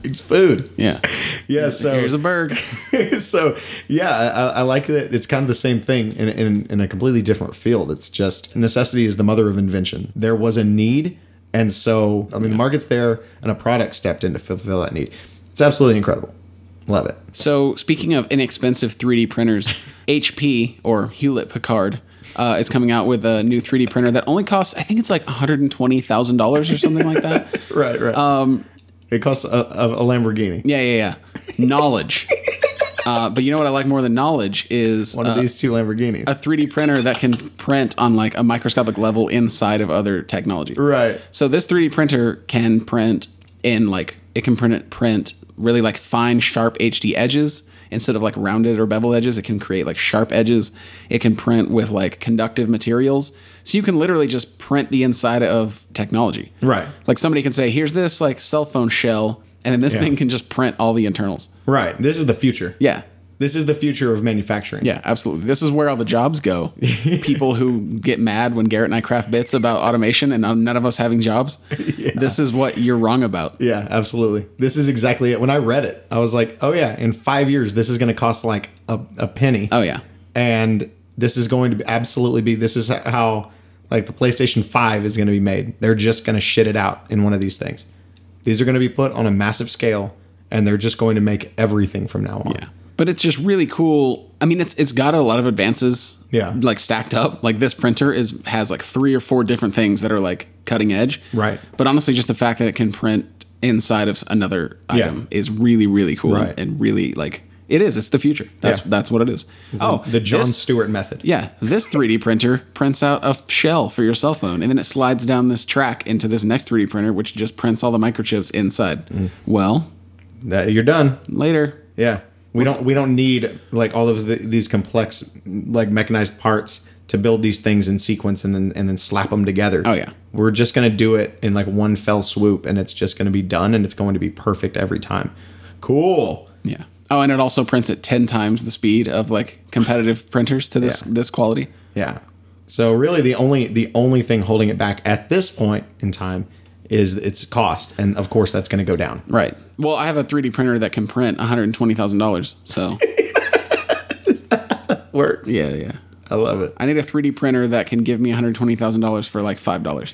C: It's food.
B: Yeah.
C: Yeah. So
B: Here's a bird.
C: so yeah, I, I like that. It's kind of the same thing in, in, in a completely different field. It's just necessity is the mother of invention. There was a need, and so I mean, the market's there, and a product stepped in to fulfill that need. It's absolutely incredible. Love it.
B: So, speaking of inexpensive 3D printers, HP or Hewlett Packard uh, is coming out with a new 3D printer that only costs, I think it's like $120,000 or something like that.
C: Right. Right. Um, it costs a, a, a Lamborghini.
B: Yeah, yeah, yeah. Knowledge. Uh, but you know what I like more than knowledge is
C: One of
B: uh,
C: these two Lamborghinis.
B: a 3D printer that can print on like a microscopic level inside of other technology.
C: right.
B: So this 3D printer can print in like it can print it print really like fine sharp HD edges instead of like rounded or bevel edges. It can create like sharp edges. It can print with like conductive materials. So you can literally just print the inside of technology.
C: Right.
B: Like somebody can say, "Here's this like cell phone shell," and then this
C: Yeah.
B: thing can just print all the internals.
C: Right. This is the future.
B: Yeah.
C: This is the future of manufacturing.
B: Yeah, absolutely. This is where all the jobs go. People who get mad when Garrett and I craft bits about automation and none of us having jobs. This is what you're wrong about.
C: Yeah, absolutely. This is exactly it. When I read it, I was like, oh yeah, in five years, this is going to cost like a, a penny.
B: Oh yeah.
C: And this is going to be- absolutely be, this is how like the PlayStation 5 is going to be made. They're just going to shit it out in one of these things. These are going to be put on a massive scale and they're just going to make everything from now on.
B: Yeah. But it's just really cool. I mean, it's it's got a lot of advances.
C: Yeah.
B: Like stacked up. Like this printer is has like three or four different things that are like cutting edge.
C: Right.
B: But honestly, just the fact that it can print inside of another
C: Yeah.
B: item is really really cool
C: Right.
B: and really like it is. It's the future. That's
C: Yeah.
B: that's what it is. oh,
C: The John
B: this-
C: Stewart method.
B: yeah, this 3D printer prints out a shell for your cell phone, and then it slides down this track into this next 3D printer, which just prints all the microchips inside. Well,
C: That- you're done.
B: later.
C: Yeah. We don't we don't need like all of the, these complex like mechanized parts to build these things in sequence and then and then slap them together.
B: Oh, yeah.
C: We're just going to do it in like one fell swoop and it's just going to be done and it's going to be perfect every time. Cool.
B: Yeah. Oh, and it also prints at ten times the speed of like competitive printers to this
C: Yeah.
B: this quality.
C: Yeah. So really the only the only thing holding it back at this point in time is its cost and of course that's going to go down.
B: Right. Well, I have a 3D printer that can print one hundred twenty thousand dollars. So
C: Works.
B: yeah, yeah.
C: I love it.
B: I need a 3D printer that can give me one hundred twenty thousand dollars for like five dollars.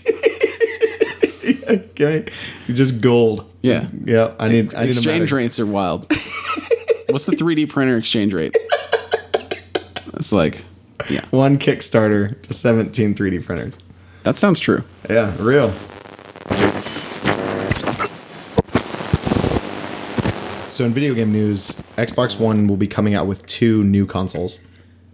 C: Okay. Just gold.
B: Yeah.
C: Just- yeah, I need I need
B: exchange
C: a matic.
B: rates are wild. What's the 3D printer exchange rate? It's like, yeah,
C: one Kickstarter to 17 3D printers.
B: that sounds true.
C: Yeah, real. So in video game news, Xbox One will be coming out with two new consoles.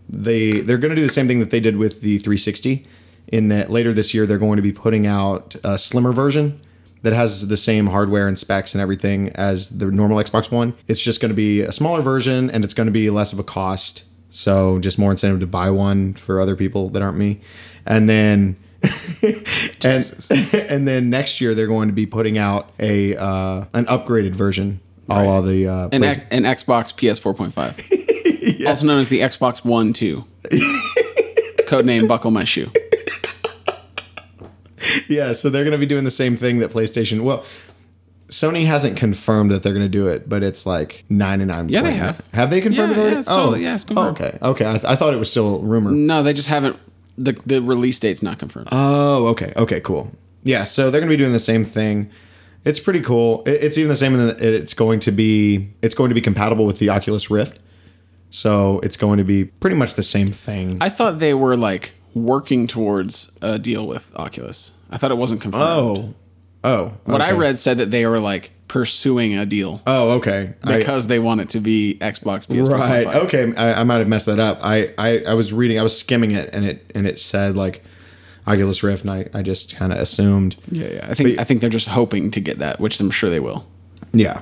C: They they're going to do the same thing that they did with the 360 in that later this year they're going to be putting out a slimmer version that has the same hardware and specs and everything as the normal Xbox One. It's just going to be a smaller version and it's going to be less of a cost. So just more incentive to buy one for other people that aren't me. And then and, and then next year they're going to be putting out a uh, an upgraded version, a la the uh,
B: An,
C: Play-
B: X- an Xbox PS 4.5, also known as the Xbox One 2. Codename Buckle My Shoe.
C: yeah. So they're going to be doing the same thing that PlayStation. Well, Sony hasn't confirmed that they're going to do it, but it's like nine and nine.
B: Yeah, they have.
C: Have they confirmed
B: Yeah,
C: it already? Oh,
B: yeah, it's totally- yeah, it's confirmed. Mm.
C: okay, okay. I, th- I thought it was still rumor.
B: No, they just haven't. The, the release date's not confirmed.
C: Oh, okay. Okay, cool. Yeah, so they're going to be doing the same thing. It's pretty cool. It- It's even the same in that it's going to be it's going to be compatible with the Oculus Rift. So, it's going to be pretty much the same thing.
B: I thought they were like working towards a deal with Oculus. I thought it wasn't confirmed.
C: Oh.
B: What I
C: okay.
B: read said that they were like pursuing a deal
C: Oh, okay. I-
B: because they want it to be Xbox PS 4.5.
C: right. Okay. I, I might have messed that up. I, I I was reading. I was skimming it, and it and it said like Oculus Rift, and I I just kind of assumed.
B: Yeah, yeah. I think I think they're just hoping to get that, which I'm sure they will.
C: Yeah.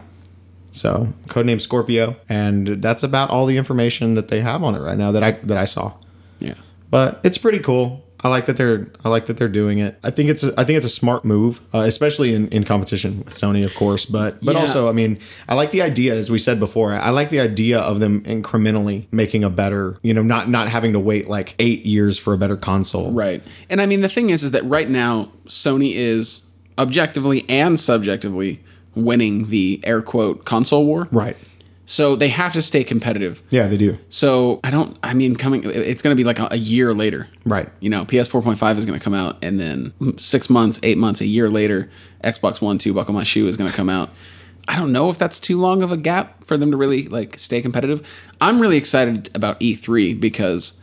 C: So codename Scorpio, and that's about all the information that they have on it right now that I that I saw.
B: Yeah.
C: But it's pretty cool. I like that they're I like that they're doing it. I think it's a, I think it's a smart move, uh, especially in, in competition with Sony, of course. But but
B: Yeah.
C: also, I mean, I like the idea as we said before. I like the idea of them incrementally making a better, you know, not not having to wait like eight years for a better console.
B: Right. And I mean, the thing is, is that right now, Sony is objectively and subjectively winning the air quote console war.
C: Right.
B: So they have to stay competitive.
C: Yeah, they do.
B: So I don't, I mean, coming, it's going to be like a, a year later.
C: Right.
B: You know, PS 4.5 is going to come out, and then six months, eight months, a year later, Xbox One, Two, Buckle My Shoe is going to come out. I don't know if that's too long of a gap for them to really like stay competitive. I'm really excited about E3 because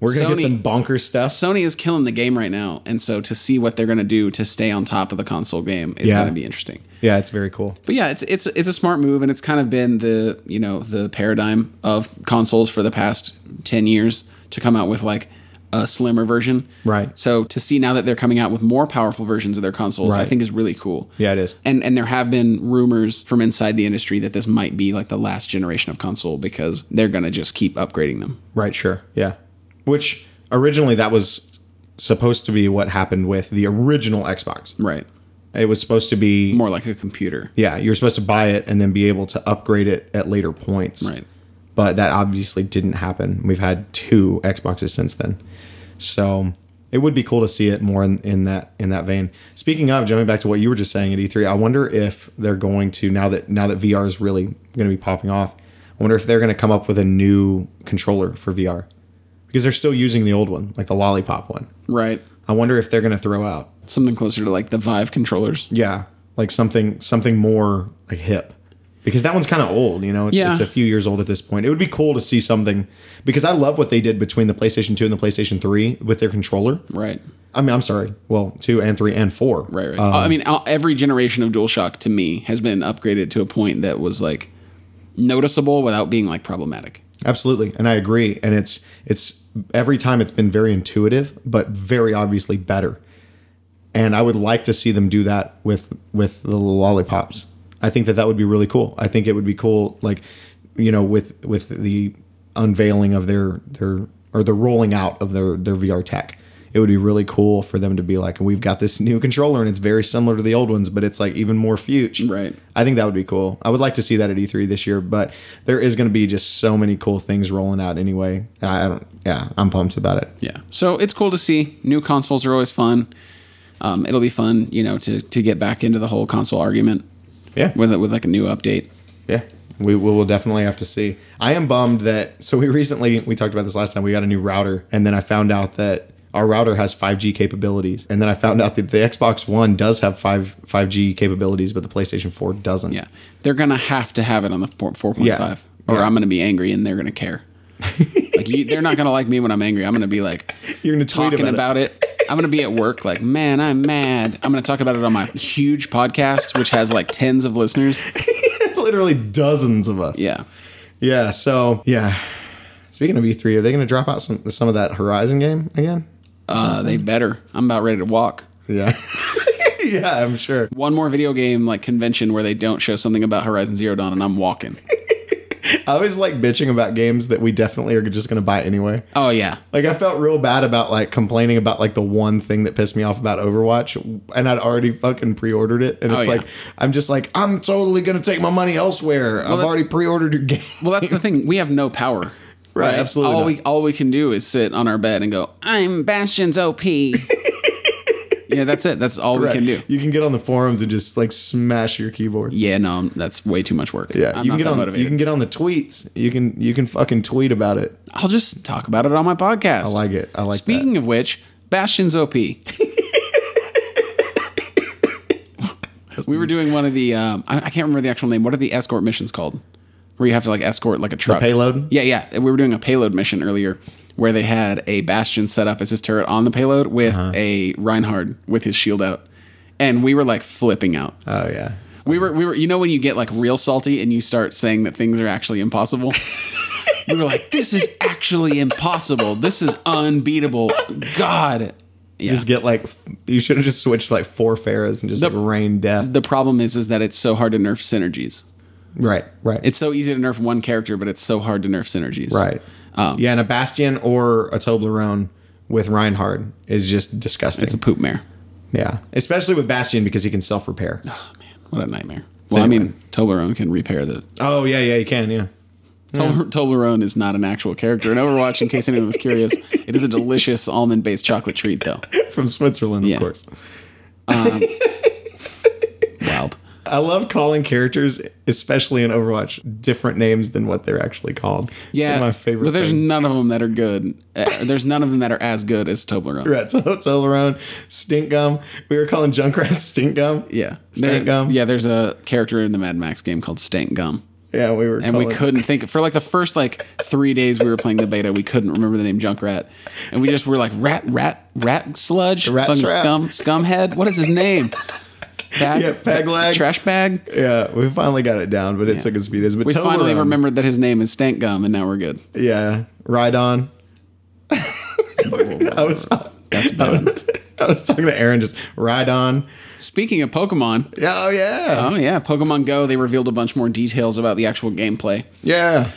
C: We're gonna
B: Sony-
C: get some bonkers stuff.
B: Sony is killing the game right now, and so to see what they're going to do to stay on top of the console game is
C: Yeah.
B: going to be interesting.
C: yeah, it's very cool.
B: But yeah, it's it's it's a smart move, and it's kind of been the you know the paradigm of consoles for the past ten years to come out with like a slimmer version.
C: Right.
B: So to see now that they're coming out with more powerful versions of their consoles, I
C: Right.
B: think is really cool.
C: Yeah, it is.
B: And and there have been rumors from inside the industry that this might be like the last generation of console because they're going to just keep upgrading them.
C: Right, sure. Yeah. Which originally that was supposed to be what happened with the original Xbox.
B: Right.
C: It was supposed to be
B: More like a computer.
C: yeah, you're supposed to buy it and then be able to upgrade it at later points.
B: Right.
C: But that obviously didn't happen. We've had two Xboxes since then. So it would be cool to see it more in, in that in that vein. Speaking of, jumping back to what you were just saying at E3, I wonder if they're going to now that now that VR is really going to be popping off. I wonder if they're going to come up with a new controller for VR because they're still using the old one, like the lollipop one.
B: Right.
C: I wonder if they're going to throw out
B: something closer to like the Vive controllers.
C: yeah, like something something more like hip. Because that one's kind of old, you know. It's,
B: Yeah.
C: it's a few years old at this point. It would be cool to see something because I love what they did between the PlayStation 2 and the PlayStation 3 with their controller.
B: Right,
C: I mean, I'm sorry. Well, 2 and 3 and 4.
B: right, right.
C: Uh,
B: I mean, all- every generation of DualShock to me has been upgraded to a point that was like noticeable without being like problematic.
C: absolutely. And I agree. And it's it's every time it's been very intuitive, but very obviously better. And I would like to see them do that with with the lollipops. I think that that would be really cool. I think it would be cool like you know with with the unveiling of their their or the rolling out of their their VR tech. It would be really cool for them to be like, we've got this new controller and it's very similar to the old ones, but it's like even more future.
B: Right.
C: I think that would be cool. I would like to see that at E3 this year, but there is going to be just so many cool things rolling out anyway. I I don't, yeah, I'm pumped about it.
B: Yeah. So it's cool to see. New consoles are always fun. Um, it'll be fun, you know, to to get back into the whole console argument
C: Yeah.
B: with with like a new update.
C: Yeah, we, we will definitely have to see. I am bummed that so we recently we talked about this last time. We got a new router, and then I found out that our router has 5G capabilities, and then I found out that the Xbox One does have five 5G capabilities, but the PlayStation 4 doesn't.
B: Yeah, they're gonna have to have it on the four four point five,
C: Yeah.
B: or
C: Yeah.
B: I'm gonna be angry and they're gonna care. like you, they're not gonna like me when I'm angry. I'm gonna be like,
C: You're gonna tweet
B: talking
C: about
B: about, it. I'm gonna be at work like, man, I'm mad. I'm gonna talk about it on my huge podcast, which has like tens of listeners.
C: literally dozens of us.
B: Yeah,
C: yeah. So yeah. Speaking of E3, are they going to drop out some some of that Horizon game again?
B: uh, they better. I'm about ready to walk.
C: Yeah. yeah, I'm sure.
B: One more video game like convention where they don't show something about Horizon Zero Dawn, and I'm walking.
C: I always like bitching about games that we definitely are just going to buy anyway.
B: Oh yeah,
C: Like I felt real bad about like complaining about like the one thing that pissed me off about Overwatch, and I'd already fucking pre-ordered it, and
B: Oh,
C: it's
B: yeah.
C: like I'm just like I'm totally gonna take my money elsewhere. I've
B: that's-
C: already pre-ordered your game.
B: Well, that's the thing. We have no power.
C: Right, absolutely
B: All
C: not.
B: we all we can do is sit on our bed and go, "I'm Bastion's OP." yeah, that's it. That's all
C: Right.
B: we can do.
C: You can get on the forums and just like smash your keyboard.
B: Yeah, no, that's way too much work.
C: Yeah,
B: I'm
C: you
B: not
C: can get
B: that
C: on.
B: motivated.
C: You can get on the tweets. You can you can fucking tweet about it.
B: I'll just talk about it on my podcast.
C: I like it. I like that.
B: Speaking of which, Bastion's OP. we were doing one of the um, I, I can't remember the actual name. What are the escort missions called? Where you have to like escort like a truck
C: payload?
B: Yeah, yeah. We were doing a payload mission earlier where they had a Bastion set up as his turret on the payload with a Reinhard with his shield out, and we were like flipping out.
C: Oh yeah.
B: We were, we were, you know, when you get like real salty and you start saying that things are actually impossible. we were like, this is actually impossible. This is unbeatable. God. Yeah.
C: Just get like f- you should have just switched like four Pharaohs and just
B: The-
C: like rain death.
B: the problem is, is that it's so hard to nerf synergies.
C: right, right.
B: It's so easy to nerf one character, but it's so hard to nerf synergies.
C: Right.
B: Um,
C: yeah, and a Bastion or a Toblerone with Reinhard is just disgusting.
B: It's a poop mare.
C: yeah, especially with Bastion because he can self repair.
B: Oh, man, what a nightmare. Well, I mean,
C: anyway.
B: Toblerone can repair the.
C: Oh yeah, yeah, he can. Yeah,
B: Tobler- Toblerone is not an actual character in Overwatch, in case anyone was curious. It is a delicious almond based chocolate treat, though.
C: from Switzerland,
B: Yeah.
C: of course.
B: Wild.
C: I love calling characters, especially in Overwatch, different names than what they're actually called.
B: Yeah.
C: it's one of my favorite.
B: But there's
C: things.
B: none of them that are good. Uh, there's none of them that are as good as Toblerone.
C: Rats, Toblerone, Stink Gum. We were calling Junkrat Stink Gum.
B: Yeah.
C: Stank
B: There-
C: Gum.
B: Yeah, there's a character in the Mad Max game called Stank Gum.
C: yeah, we were.
B: And
C: calling,
B: we couldn't think for like the first like three days we were playing the beta, we couldn't remember the name Junkrat. And we just were like rat rat rat sludge,
C: Rat
B: fucking
C: Trap.
B: scum scumhead. What is his name? Bag,
C: Yeah, Bag Lag.
B: Trash bag.
C: Yeah, we finally got it down, but it took us a few days. But
B: We finally
C: Toblerone,
B: remembered that his name is Stank Gum and now we're good.
C: Yeah, Rhydon. I was.
B: That's
C: Oh.
B: bad.
C: I was talking to Aaron. Just Rhydon.
B: Speaking of Pokemon,
C: Yeah, oh yeah,
B: oh yeah, Pokemon Go, they revealed a bunch more details about the actual gameplay.
C: yeah.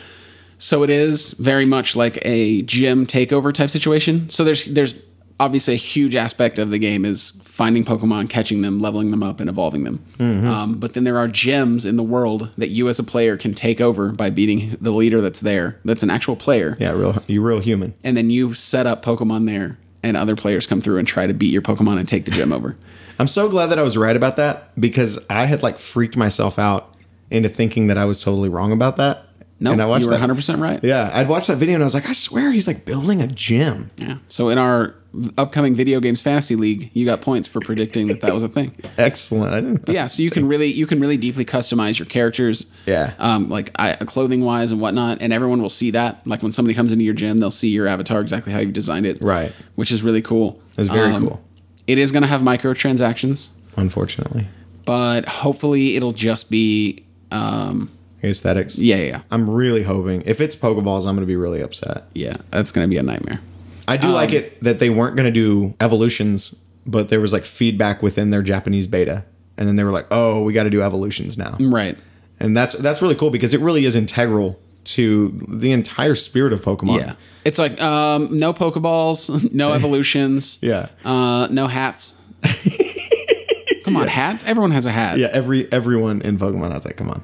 B: So it is very much like a gym takeover type situation. So there's there's obviously a huge aspect of the game is finding Pokemon, catching them, leveling them up, and evolving them.
C: Mm-hmm.
B: Um, but then there are gyms in the world that you as a player can take over by beating the leader that's there. That's an actual player,
C: Yeah, real you real human.
B: and then you set up Pokemon there, and other players come through and try to beat your Pokemon and take the gym over.
C: I'm so glad that I was right about that because I had like freaked myself out into thinking that I was totally wrong about that.
B: No,
C: and I watched
B: you were
C: that.
B: 100 percent right.
C: Yeah, I'd watched that video and I was like, I swear he's like building a gym.
B: yeah. So in our upcoming video games fantasy league, you got points for predicting that that was a thing.
C: Excellent. I didn't
B: yeah so you can really you can really deeply customize your characters
C: Yeah.
B: um like I, clothing wise and whatnot and everyone will see that like when somebody comes into your gym they'll see your avatar exactly how you designed it
C: Right.
B: which is really cool Um,
C: It's very cool.
B: it is going to have microtransactions
C: Unfortunately,
B: but hopefully it'll just be um
C: aesthetics.
B: yeah yeah
C: I'm really hoping if it's Pokeballs, I'm gonna be really upset.
B: yeah, yeah that's going to be a nightmare
C: I do
B: Um,
C: like it that they weren't gonna do evolutions, but there was like feedback within their Japanese beta, and then they were like, oh, we got to do evolutions now.
B: right
C: and that's that's really cool because it really is integral to the entire spirit of Pokemon.
B: yeah it's like um no pokeballs no evolutions
C: yeah,
B: uh no hats come on hats everyone has a hat
C: yeah. Every everyone in Pokemon, I was like, come on,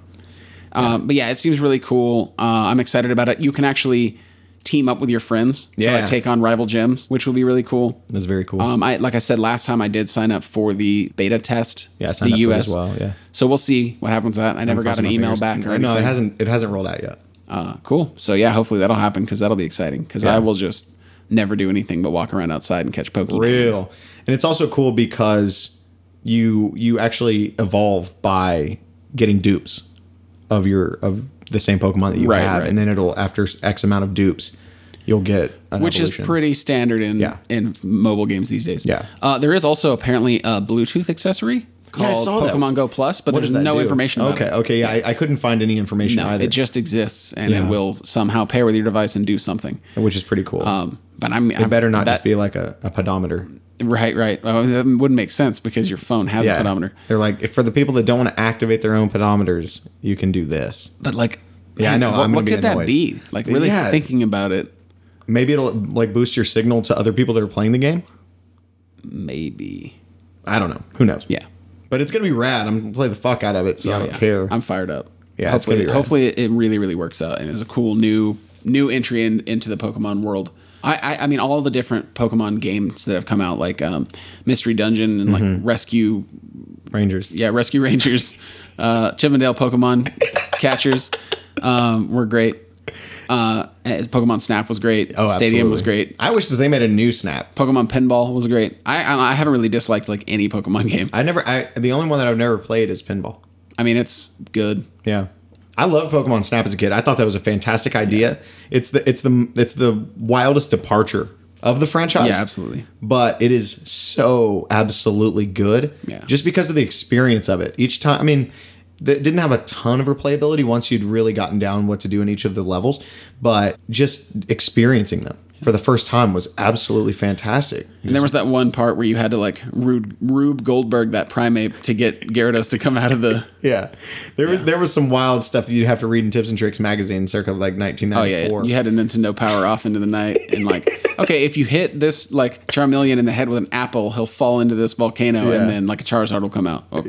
B: Um, but yeah, it seems really cool. Uh, I'm excited about it. You can actually team up with your friends to like,
C: Yeah.
B: take on rival gyms, which will be really cool.
C: that's very cool.
B: Um, I like I said last time, I did sign up for the beta test.
C: yeah, I signed
B: the
C: up for it as well. Yeah,
B: So we'll see what happens to that. I never got
C: Crossing
B: an
C: my
B: email
C: fingers.
B: back or anything.
C: no, it hasn't. It hasn't rolled out yet.
B: Uh, cool. So yeah, hopefully that'll happen because that'll be exciting. Because I
C: Yeah.
B: will just never do anything but walk around outside and catch Pokemon.
C: Real, and it's also cool because you you actually evolve by getting dupes of your of the same Pokemon that you
B: Right,
C: have,
B: right.
C: and then it'll after X amount of dupes, you'll get an
B: which
C: evolution.
B: is pretty standard in
C: Yeah.
B: in mobile games these days.
C: Yeah.
B: Uh, there is also apparently a Bluetooth accessory
C: I
B: called
C: saw that.
B: Pokemon Go Plus, but
C: What
B: there's
C: does that
B: no
C: do?
B: information about
C: okay,
B: it.
C: okay, yeah, I, I couldn't find any information
B: No,
C: either.
B: it just exists and it
C: Yeah.
B: will somehow pair with your device and do something.
C: which is pretty cool.
B: Um, but I'm,
C: it better not just
B: that,
C: be like a, a pedometer.
B: right, right. Oh, that wouldn't make sense because your phone has a pedometer.
C: They're like, if for the people that don't want to activate their own pedometers, you can do this.
B: But like,
C: Yeah, I know,
B: What,
C: I'm gonna
B: what
C: be
B: could that
C: annoyed.
B: be? Like, really
C: Yeah.
B: thinking about it,
C: Maybe it'll like boost your signal to other people that are playing the game.
B: maybe.
C: I don't know. Who knows?
B: Yeah.
C: But it's gonna be rad. I'm gonna play the fuck out of it, so I
B: Oh,
C: don't
B: yeah.
C: care.
B: I'm fired up.
C: Yeah, it's
B: hopefully,
C: gonna be rad.
B: hopefully it really, really works out and is a cool new new entry in, into the Pokemon world. I, I, I mean, all the different Pokemon games that have come out, like um, Mystery Dungeon and
C: Mm-hmm.
B: like Rescue,
C: Rangers.
B: yeah, Rescue Rangers, uh, Chippendale Pokemon Catchers, um, were great. Uh, and Pokemon Snap was great.
C: Oh,
B: Stadium was
C: absolutely.
B: great.
C: I wish that they made a new snap.
B: Pokemon Pinball was great. I, I I haven't really disliked like any Pokemon game.
C: I never. I the only one that I've never played is pinball.
B: I mean, it's good.
C: Yeah. I loved Pokemon Snap as a kid. I thought that was a fantastic idea. It's the it's the it's the wildest departure of the franchise.
B: Yeah, absolutely.
C: But it is so absolutely good.
B: Yeah.
C: Just because of the experience of it. Each time I mean, that didn't have a ton of replayability once you'd really gotten down what to do in each of the levels, but just experiencing them for the first time was absolutely fantastic.
B: And there was that one part where you had to like Rube, Rube Goldberg that primate to get Gyarados to come out of the.
C: Yeah, there was there was some wild stuff that you'd have to read in Tips and Tricks magazine, circa
B: Oh
C: like
B: yeah,
C: 1994.
B: you had a Nintendo power off into the night and like, okay, if you hit this like Charmeleon in the head with an apple, he'll fall into this volcano
C: Yeah.
B: and then like a Charizard will come out. Oh,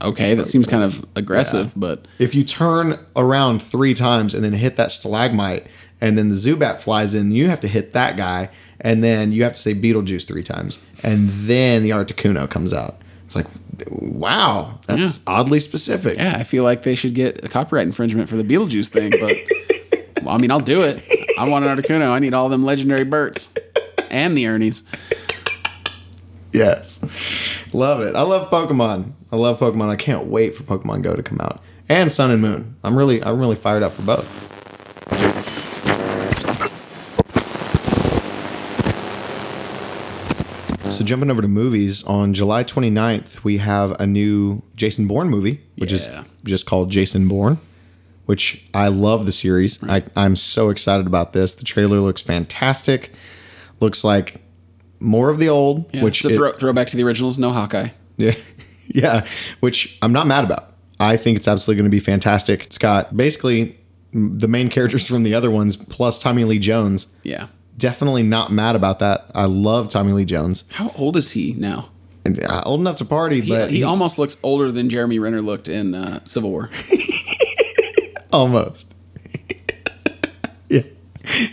B: okay, that seems kind of aggressive, but
C: if you turn around three times and then hit that stalagmite, and then the Zubat flies in, you have to hit that guy, and then you have to say Beetlejuice three times, and then the Articuno comes out. It's like, wow, that's oddly specific.
B: yeah, I feel like they should get a copyright infringement for the Beetlejuice thing. But well, I mean, I'll do it. I want an Articuno. I need all them legendary Berts and the Ernies.
C: Yes. Love it. I love Pokemon. I love Pokemon. I can't wait for Pokemon Go to come out. And Sun and Moon. I'm really I'm really fired up for both. So jumping over to movies, on July 29th, we have a new Jason Bourne movie, which
B: Yeah.
C: is just called Jason Bourne, which I love the series. I, I'm so excited about this. The trailer looks fantastic. Looks like more of the old,
B: Yeah,
C: which
B: it's a
C: it-
B: throw, throwback to the originals. No Hawkeye.
C: yeah. Yeah. Which I'm not mad about. I think it's absolutely going to be fantastic. It's got basically m- the main characters from the other ones plus Tommy Lee Jones.
B: Yeah.
C: Definitely not mad about that. I love Tommy Lee Jones.
B: How old is he now?
C: And uh, old enough to party,
B: He,
C: but
B: he
C: he
B: almost looks older than Jeremy Renner looked in uh, Civil War.
C: almost. yeah.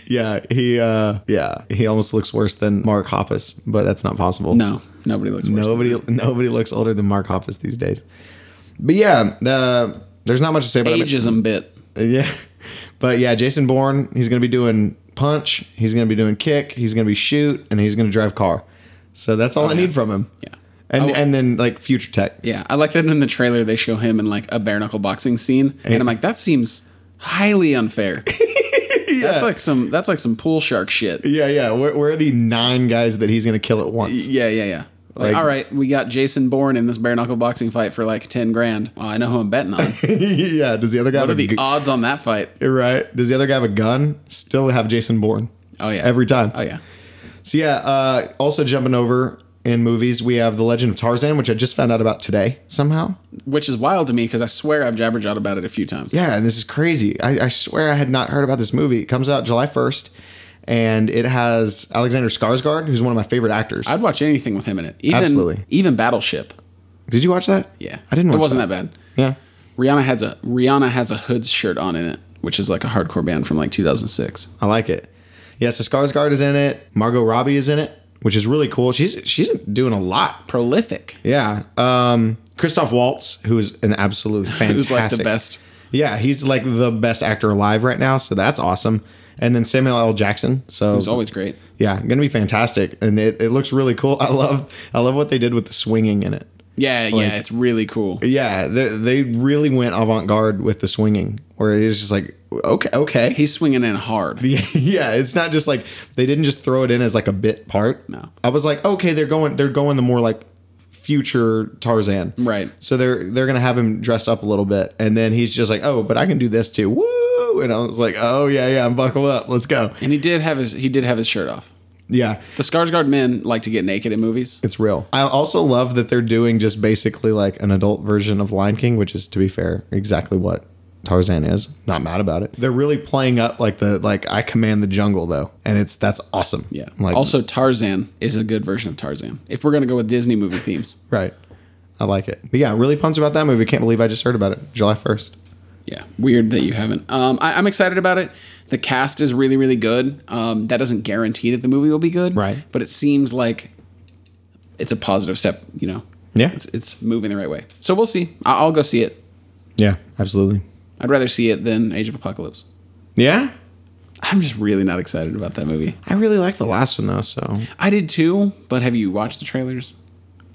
C: Yeah, he uh yeah, he almost looks worse than Mark Hoppus, but that's not possible.
B: No, nobody looks. Worse
C: Nobody nobody looks older than Mark Hoppus these days. But yeah, uh, there's not much to say about
B: than
C: it.
B: ageism bit.
C: Yeah. But yeah, Jason Bourne, he's going to be doing punch, he's going to be doing kick, he's going to be shoot, and he's going to drive car. So that's all I need from him.
B: Oh, Yeah,
C: And
B: Oh.
C: and then like future tech.
B: yeah. I like that in the trailer they show him in like a bare knuckle boxing scene, and I'm like, that seems highly unfair. That's like some that's like some pool shark shit.
C: Yeah, yeah. Where, where are the nine guys that he's going to kill at once?
B: Yeah, yeah, yeah. Like,
C: Like-
B: all right, we got Jason Bourne in this bare knuckle boxing fight for like ten grand. Oh, I know who I'm betting on.
C: yeah. Does the other guy
B: What are
C: have a
B: the
C: gu-
B: odds on that fight?
C: right? Does the other guy have a gun? Still have Jason Bourne.
B: Oh yeah,
C: Every time.
B: Oh yeah,
C: So yeah, uh, also jumping over in movies, we have The Legend of Tarzan, which I just found out about today somehow.
B: which is wild to me because I swear I've jabberjawed about it a few times.
C: Yeah, and this is crazy. I, I swear I had not heard about this movie. It comes out July 1st, and it has Alexander Skarsgård, who's one of my favorite actors.
B: I'd watch anything with him in it. Even,
C: Absolutely.
B: Even Battleship.
C: Did you watch that?
B: Yeah.
C: I didn't watch
B: It wasn't that, bad.
C: Yeah.
B: Rihanna has a Rihanna has a Hoods shirt on in it, which is like a hardcore band from like 2006.
C: I like it. Yeah, so Skarsgård is in it. Margot Robbie is in it, which is really cool. She's she's doing a lot.
B: Prolific.
C: Yeah. Um Christoph Waltz, who is an absolute fantastic.
B: It was like the best.
C: Yeah, he's like the best actor alive right now, so that's awesome. And then Samuel L. Jackson. So
B: It was always great.
C: Yeah, gonna be fantastic, and it, it looks really cool. I love I love what they did with the swinging in it.
B: Yeah, yeah, it's really cool.
C: Yeah, they, they really went avant garde with the swinging, where it's just like okay, okay.
B: He's swinging in hard.
C: yeah, it's not just like they didn't just throw it in as like a bit part.
B: No.
C: I was like, okay, they're going they're going the more like future Tarzan,
B: Right.
C: So they're they're gonna have him dressed up a little bit, and then he's just like, oh, but I can do this too. Woo! And I was like, oh yeah, yeah, I'm buckle up, let's go.
B: And he did have his he did have his shirt off.
C: Yeah,
B: The Skarsgård men like to get naked in movies.
C: It's real. I also love that they're doing just basically like an adult version of Lion King, which is to be fair, exactly what Tarzan is. Not mad about it. They're really playing up like the like I command the jungle though, and it's that's awesome.
B: Yeah.
C: Like
B: also, Tarzan is a good version of Tarzan. If we're gonna go with Disney movie themes,
C: right. I like it. But yeah, really pumped about that movie. Can't believe I just heard about it. July first.
B: Yeah, weird that you haven't. Um, I, I'm excited about it. The cast is really, really good. Um, that doesn't guarantee that the movie will be good,
C: Right.
B: But it seems like it's a positive step. You know,
C: Yeah.
B: it's it's moving the right way. So we'll see. I, I'll go see it.
C: Yeah, absolutely.
B: I'd rather see it than Age of Apocalypse.
C: Yeah,
B: I'm just really not excited about that movie.
C: I really like the last one though. So
B: I did too, but have you watched the trailers?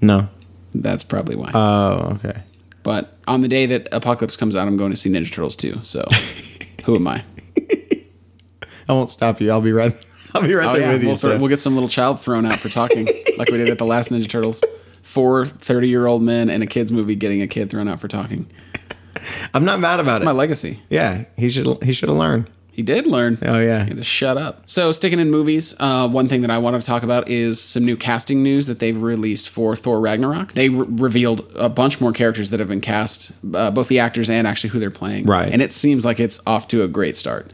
C: no.
B: That's probably why.
C: Oh, okay.
B: but on the day that Apocalypse comes out, I'm going to see Ninja Turtles too. So who am I?
C: I won't stop you. I'll be right. I'll be right
B: Oh,
C: there
B: yeah.
C: with you.
B: we'll, throw-
C: so.
B: we'll get some little child thrown out for talking, like we did at the last Ninja Turtles. Four 30 year old men and a kids' movie getting a kid thrown out for talking.
C: I'm not mad about it.
B: My legacy.
C: yeah, he should he should have learned.
B: He did learn.
C: Oh yeah,
B: Just shut up. So sticking in movies, uh, one thing that I wanted to talk about is some new casting news that they've released for Thor Ragnarok. They re- revealed a bunch more characters that have been cast, uh, both the actors and actually who they're playing.
C: Right.
B: And it seems like it's off to a great start.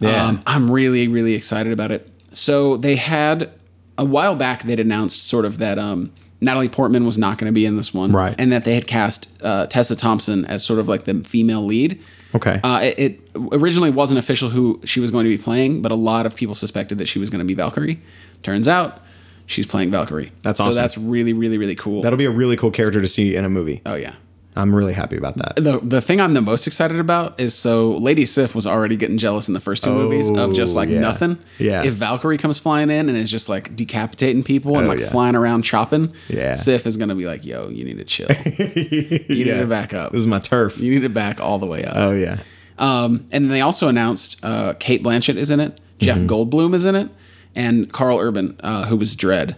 C: Yeah.
B: Um, I'm really, really excited about it. So they had a while back they'd announced sort of that um, Natalie Portman was not going to be in this one,
C: Right.
B: And that they had cast uh, Tessa Thompson as sort of like the female lead.
C: Okay.
B: Uh, it, it originally wasn't official who she was going to be playing, but a lot of people suspected that she was going to be Valkyrie. Turns out, she's playing Valkyrie.
C: That's
B: So
C: awesome.
B: that's really, really, really cool.
C: that'll be a really cool character to see in a movie.
B: oh yeah.
C: I'm really happy about that.
B: The, the thing I'm the most excited about is so Lady Sif was already getting jealous in the first two movies of just like
C: Oh, yeah.
B: nothing.
C: Yeah.
B: If Valkyrie comes flying in and is just like decapitating people and
C: Oh,
B: like
C: yeah.
B: flying around chopping,
C: Yeah.
B: Sif is gonna be like, "Yo, you need to chill. you need to back up.
C: This is my turf.
B: you need to back all the way up."
C: Oh yeah.
B: Um, and they also announced uh, Kate Blanchett is in it, Jeff
C: Mm-hmm.
B: Goldblum is in it, and Carl Urban, uh, who was Dread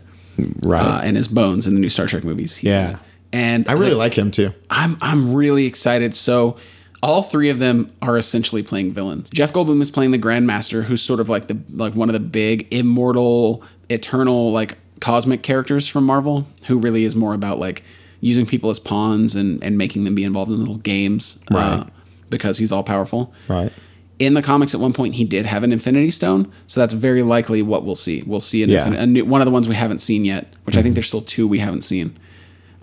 C: Right.
B: uh, and his bones in the new Star Trek movies. He's
C: Yeah.
B: in it. and
C: I really
B: the-
C: like him too.
B: I'm I'm really excited. So all three of them are essentially playing villains. Jeff Goldblum is playing the Grandmaster, who's sort of like the like one of the big immortal, eternal like cosmic characters from Marvel, who really is more about like using people as pawns and and making them be involved in little games, uh,
C: Right.
B: because he's all powerful.
C: Right.
B: In the comics, at one point, he did have an Infinity Stone, so that's very likely what we'll see. We'll see an
C: Yeah. Mm-hmm.
B: infin- a new, one of the ones we haven't seen yet, which I think there's still two we haven't seen.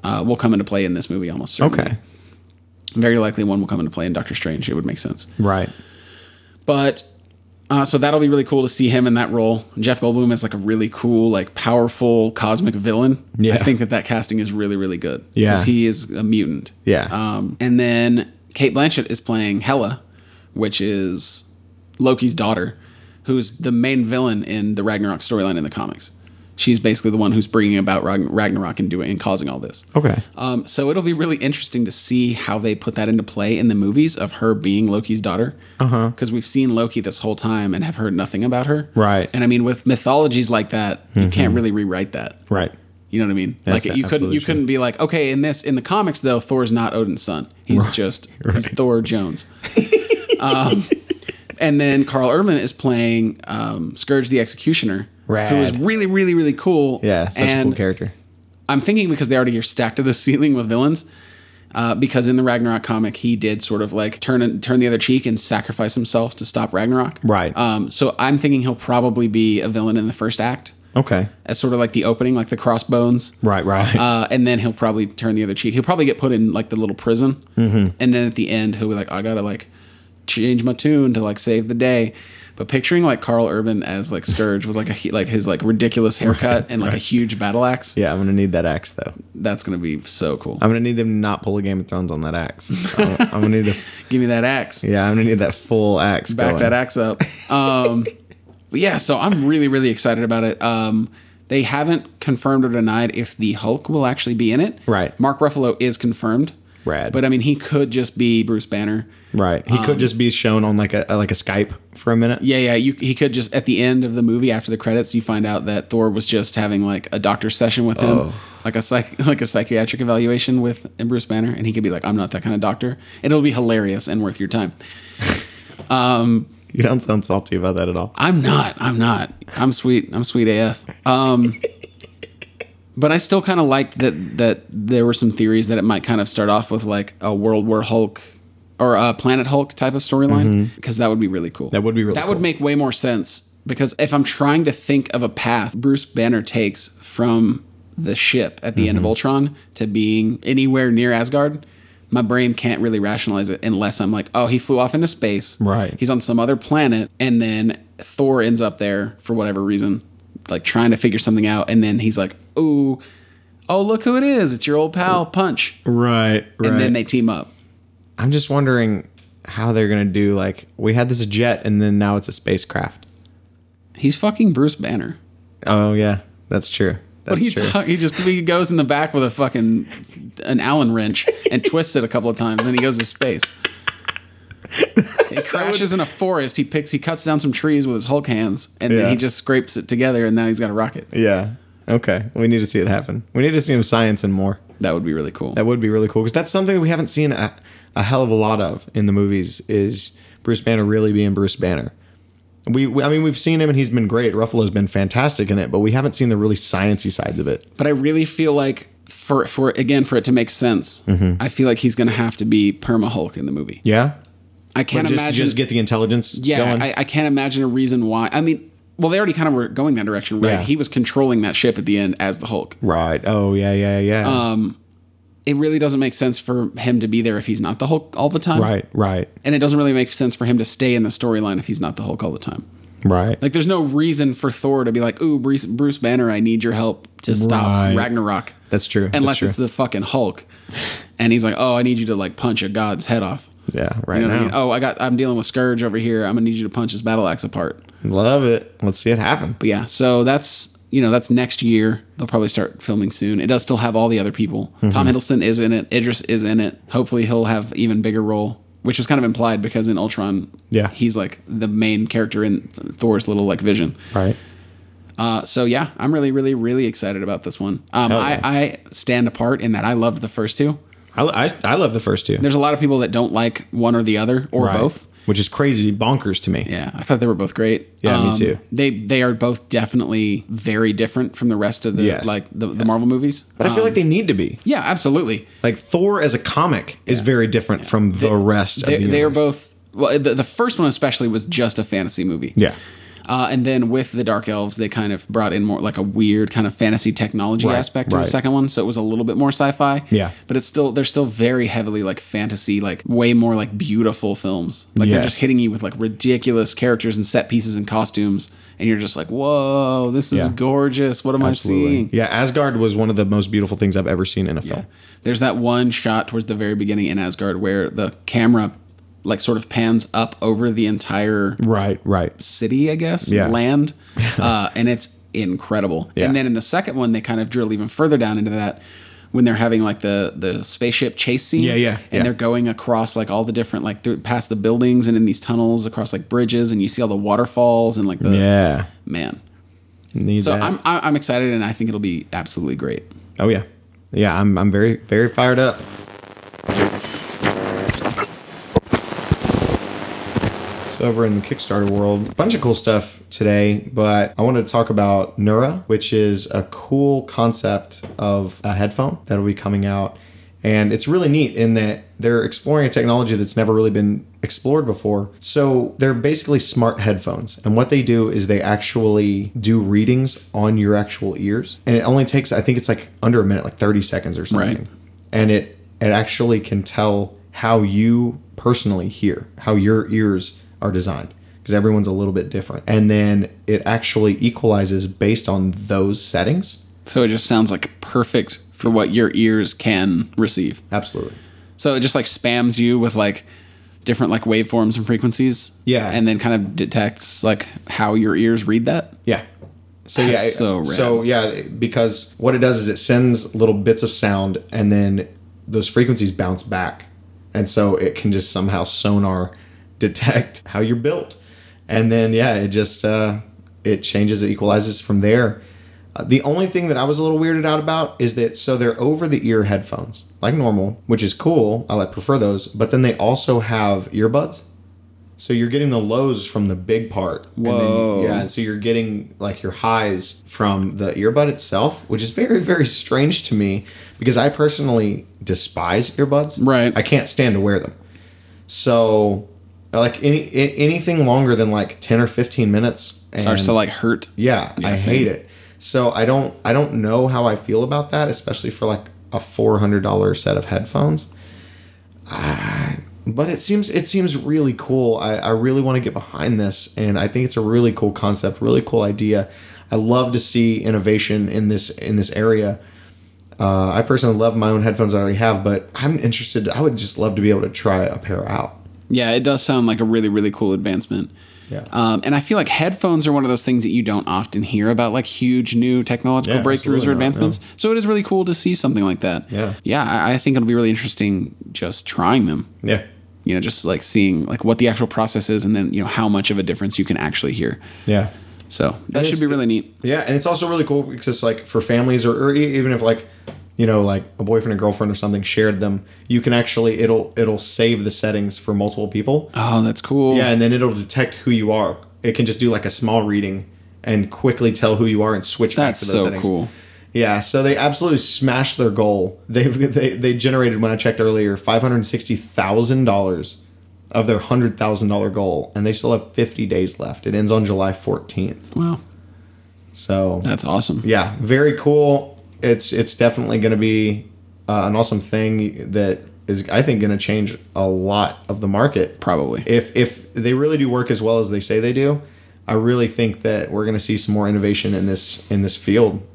B: Uh, will come into play in this movie almost certainly.
C: Okay.
B: Very likely one will come into play in Doctor Strange. It would make sense.
C: Right.
B: But uh, so that'll be really cool to see him in that role. Jeff Goldblum is like a really cool, like powerful cosmic villain.
C: Yeah.
B: I think that that casting is really, really good.
C: Yeah.
B: Because he is a mutant.
C: Yeah.
B: Um, and then Kate Blanchett is playing Hela, which is Loki's daughter, who's the main villain in the Ragnarok storyline in the comics. She's basically the one who's bringing about Ragn- Ragnarok and doing and causing all this.
C: Okay.
B: Um, so it'll be really interesting to see how they put that into play in the movies of her being Loki's daughter. Uh
C: Uh-huh.
B: huh. Because we've seen Loki this whole time and have heard nothing about her.
C: Right. Mm-hmm.
B: And I mean, with mythologies like that, you can't really rewrite that.
C: Right.
B: You know what I mean?
C: That's
B: like you couldn't
C: absolutely
B: you
C: true.
B: couldn't be like, okay, in this in the comics though, Thor's not Odin's son. He's just he's Thor Jones. um, and then Carl Urban is playing um, Scourge the Executioner, who is
C: Rad.
B: really really really cool.
C: Yeah. Such a cool
B: And
C: character.
B: I'm thinking because they already are stacked to the ceiling with villains. Uh, because in the Ragnarok comic, he did sort of like turn turn the other cheek and sacrifice himself to stop Ragnarok.
C: Right.
B: Um, so I'm thinking he'll probably be a villain in the first act,
C: Okay.
B: as sort of like the opening, like the crossbones.
C: Right. Right.
B: Uh, and then he'll probably turn the other cheek. He'll probably get put in like the little prison,
C: Mm-hmm.
B: and then at the end he'll be like, "I gotta like change my tune to like save the day." But picturing like Carl Urban as like Scourge with like a he- like his like ridiculous haircut and like a huge battle axe,
C: yeah. I'm gonna need that axe though.
B: that's gonna be so cool.
C: I'm gonna need them to not pull a Game of Thrones on that axe. I'm, I'm gonna need a,
B: Give me that axe.
C: yeah. I'm gonna need that full axe.
B: back
C: going.
B: that axe up. Um, but yeah, so I'm really, really excited about it. Um, they haven't confirmed or denied if the Hulk will actually be in it.
C: Right.
B: Mark Ruffalo is confirmed.
C: Rad.
B: But I mean, he could just be Bruce Banner.
C: Right. He could just be shown on like a like a Skype for a minute.
B: Um, Yeah, yeah. You, he could just at the end of the movie, after the credits, you find out that Thor was just having like a doctor's session with him,
C: Oh.
B: like a psych, like a psychiatric evaluation with and Bruce Banner, and he could be like, "I'm not that kind of doctor." And it'll be hilarious and worth your time.
C: You don't sound salty about that at all.
B: I'm not. I'm not. I'm sweet. I'm sweet AF. Um, but I still kind of liked that that there were some theories that it might kind of start off with like a World War Hulk or a Planet Hulk type of storyline because that would be really cool.
C: Mm-hmm. That would be really
B: That
C: cool.
B: would make way more sense because if I'm trying to think of a path Bruce Banner takes from the ship at the end
C: Mm-hmm.
B: of Ultron to being anywhere near Asgard. My brain can't really rationalize it unless I'm like, oh, he flew off into space.
C: Right.
B: He's on some other planet, and then Thor ends up there for whatever reason, like trying to figure something out, and then he's like, "Ooh, oh look who it is! It's your old pal Punch."
C: Right. Right.
B: And then they team up.
C: I'm just wondering how they're gonna do like we had this jet and then now it's a spacecraft.
B: He's fucking Bruce Banner.
C: Oh yeah, that's true.
B: What
C: That's
B: are you
C: true.
B: talking? He just he goes in the back with a fucking an Allen wrench and twists it a couple of times, and then he goes to space. He crashes in a forest. He picks, he cuts down some trees with his Hulk hands, and
C: Yeah.
B: then he just scrapes it together, and now he's got a rocket.
C: yeah. Okay. We need to see it happen. We need to see him science and more.
B: That would be really cool.
C: That would be really cool because that's something that we haven't seen a, a hell of a lot of in the movies is Bruce Banner really being Bruce Banner. We, we I mean we've seen him and he's been great. Ruffalo's been fantastic in it, but we haven't seen the really sciencey sides of it.
B: but I really feel like for for again for it to make sense,
C: Mm-hmm.
B: I feel like he's going to have to be Perma Hulk in the movie.
C: Yeah.
B: I can't
C: just
B: imagine.
C: just get the intelligence
B: yeah,
C: going.
B: I, I can't imagine a reason why. I mean, well, they already kind of were going that direction, right?
C: Yeah.
B: He was controlling that ship at the end as the Hulk.
C: right. Oh yeah, yeah, yeah.
B: Um, It really doesn't make sense for him to be there if he's not the Hulk all the time,
C: right, right,
B: And it doesn't really make sense for him to stay in the storyline if he's not the Hulk all the time.
C: right.
B: Like, there's no reason for Thor to be like, "Ooh, Bruce, Bruce Banner, I need your help to stop
C: Right.
B: Ragnarok."
C: that's true. that's
B: unless
C: true.
B: it's the fucking Hulk, and he's like, "Oh, I need you to like punch a god's head off."
C: yeah, right
B: You know what
C: now.
B: I mean? Oh, I got. I'm dealing with Scourge over here. I'm gonna need you to punch his battle axe apart.
C: Love it. Let's see it happen.
B: But yeah, so that's you know that's next year. They'll probably start filming soon. It does still have all the other people.
C: Mm-hmm.
B: Tom Hiddleston is in it. Idris is in it. Hopefully, he'll have even bigger role, which was kind of implied because in Ultron,
C: Yeah.
B: he's like the main character in Thor's little like vision.
C: Right.
B: Uh, so yeah, I'm really, really, really excited about this one. Um,
C: Hell
B: I,
C: yeah.
B: I stand apart in that I loved the first two.
C: I, I, I love the first two.
B: There's a lot of people that don't like one or the other or
C: Right.
B: both.
C: which is crazy bonkers to me.
B: Yeah, I thought they were both great. Um,
C: Yeah, me too.
B: They they are both definitely very different from the rest of the
C: Yes.
B: like the, the Marvel movies.
C: But I feel
B: Um,
C: like they need to be.
B: yeah, absolutely.
C: Like Thor as a comic is very different from the rest
B: They,
C: of the
B: they are
C: universe.
B: both. Well, the, the first one especially was just a fantasy movie.
C: Yeah.
B: Uh, and then with the Dark Elves, they kind of brought in more like a weird kind of fantasy technology
C: Right,
B: aspect to
C: right.
B: the second one, so it was a little bit more sci-fi.
C: Yeah.
B: but it's still they're still very heavily like fantasy, like way more like beautiful films. Like
C: Yeah.
B: they're just hitting you with like ridiculous characters and set pieces and costumes, and you're just like, whoa, this is
C: Yeah.
B: gorgeous. What am I
C: Absolutely.
B: seeing?
C: Yeah, Asgard was one of the most beautiful things I've ever seen in a film.
B: There's that one shot towards the very beginning in Asgard where the camera like sort of pans up over the entire
C: Right, right.
B: city, I guess,
C: Yeah.
B: land, uh, and it's incredible.
C: Yeah.
B: And then in the second one, they kind of drill even further down into that when they're having like the the spaceship chase scene.
C: Yeah, yeah,
B: and
C: yeah.
B: they're going across like all the different like through past the buildings and in these tunnels across like bridges, and you see all the waterfalls and like the
C: Yeah.
B: man.
C: Need
B: So
C: that.
B: I'm I- I'm excited, and I think it'll be absolutely great.
C: oh yeah. Yeah, I'm I'm very very fired up. So over in the Kickstarter world, bunch of cool stuff today, but I wanted to talk about Nura, which is a cool concept of a headphone that'll be coming out. And it's really neat in that they're exploring a technology that's never really been explored before. So they're basically smart headphones. And what they do is they actually do readings on your actual ears. And it only takes, I think it's like under a minute, like 30 seconds or something
B: Right.
C: and it it actually can tell how you personally hear how your ears are designed because everyone's a little bit different and then it actually equalizes based on those settings
B: So it just sounds like perfect for what your ears can receive.
C: absolutely
B: So it just like spams you with like different like waveforms and frequencies.
C: Yeah.
B: And then kind of detects like how your ears read that.
C: yeah so
B: That's
C: yeah it-
B: so rad.
C: so yeah because what it does is it sends little bits of sound and then those frequencies bounce back and so it can just somehow sonar detect how you're built and then yeah it just uh, it changes it equalizes from there Uh, the only thing that i was a little weirded out about is that so they're over the ear headphones like normal which is cool i like prefer those but then they also have earbuds so you're getting the lows from the big part
B: Whoa.
C: and then, yeah so you're getting like your highs from the earbud itself which is very very strange to me because i personally despise earbuds
B: Right.
C: i can't stand to wear them so like any a- anything longer than like 10 or 15 minutes and
B: Starts to like hurt.
C: yeah,
B: Yeah,
C: i
B: same.
C: hate it so i don't i don't know how i feel about that especially for like a $400 set of headphones Ah, but it seems it seems really cool. I, I really want to get behind this, and I think it's a really cool concept, really cool idea. I love to see innovation in this in this area. Uh, I personally love my own headphones I already have, but I'm interested. I would just love to be able to try a pair out.
B: Yeah, it does sound like a really, really cool advancement.
C: Yeah.
B: Um, and I feel like headphones are one of those things that you don't often hear about, like huge new technological
C: Yeah,
B: breakthroughs
C: absolutely
B: or
C: not, no.
B: advancements. So it is really cool to see something like that.
C: Yeah.
B: Yeah, I, I think it'll be really interesting just trying them.
C: Yeah,
B: You know, just like seeing like what the actual process is, and then you know how much of a difference you can actually hear.
C: yeah,
B: So that
C: it's-
B: should be really neat.
C: yeah. And it's also really cool because like for families or, or e- even if like you know, like a boyfriend and girlfriend or something shared them, you can actually it'll it'll save the settings for multiple people.
B: Oh, that's cool.
C: Yeah, and then it'll detect who you are. It can just do like a small reading and quickly tell who you are and switch
B: That's
C: back to those
B: so
C: settings.
B: cool.
C: Yeah, so they absolutely smashed their goal. They've they, they generated when I checked earlier five hundred sixty thousand dollars of their hundred thousand dollar goal, and they still have fifty days left. It ends on July fourteenth.
B: Wow,
C: So
B: that's awesome.
C: yeah, very cool. It's it's definitely going to be uh, an awesome thing that is I think going to change a lot of the market.
B: Probably.
C: If if they really do work as well as they say they do, I really think that we're going to see some more innovation in this in this field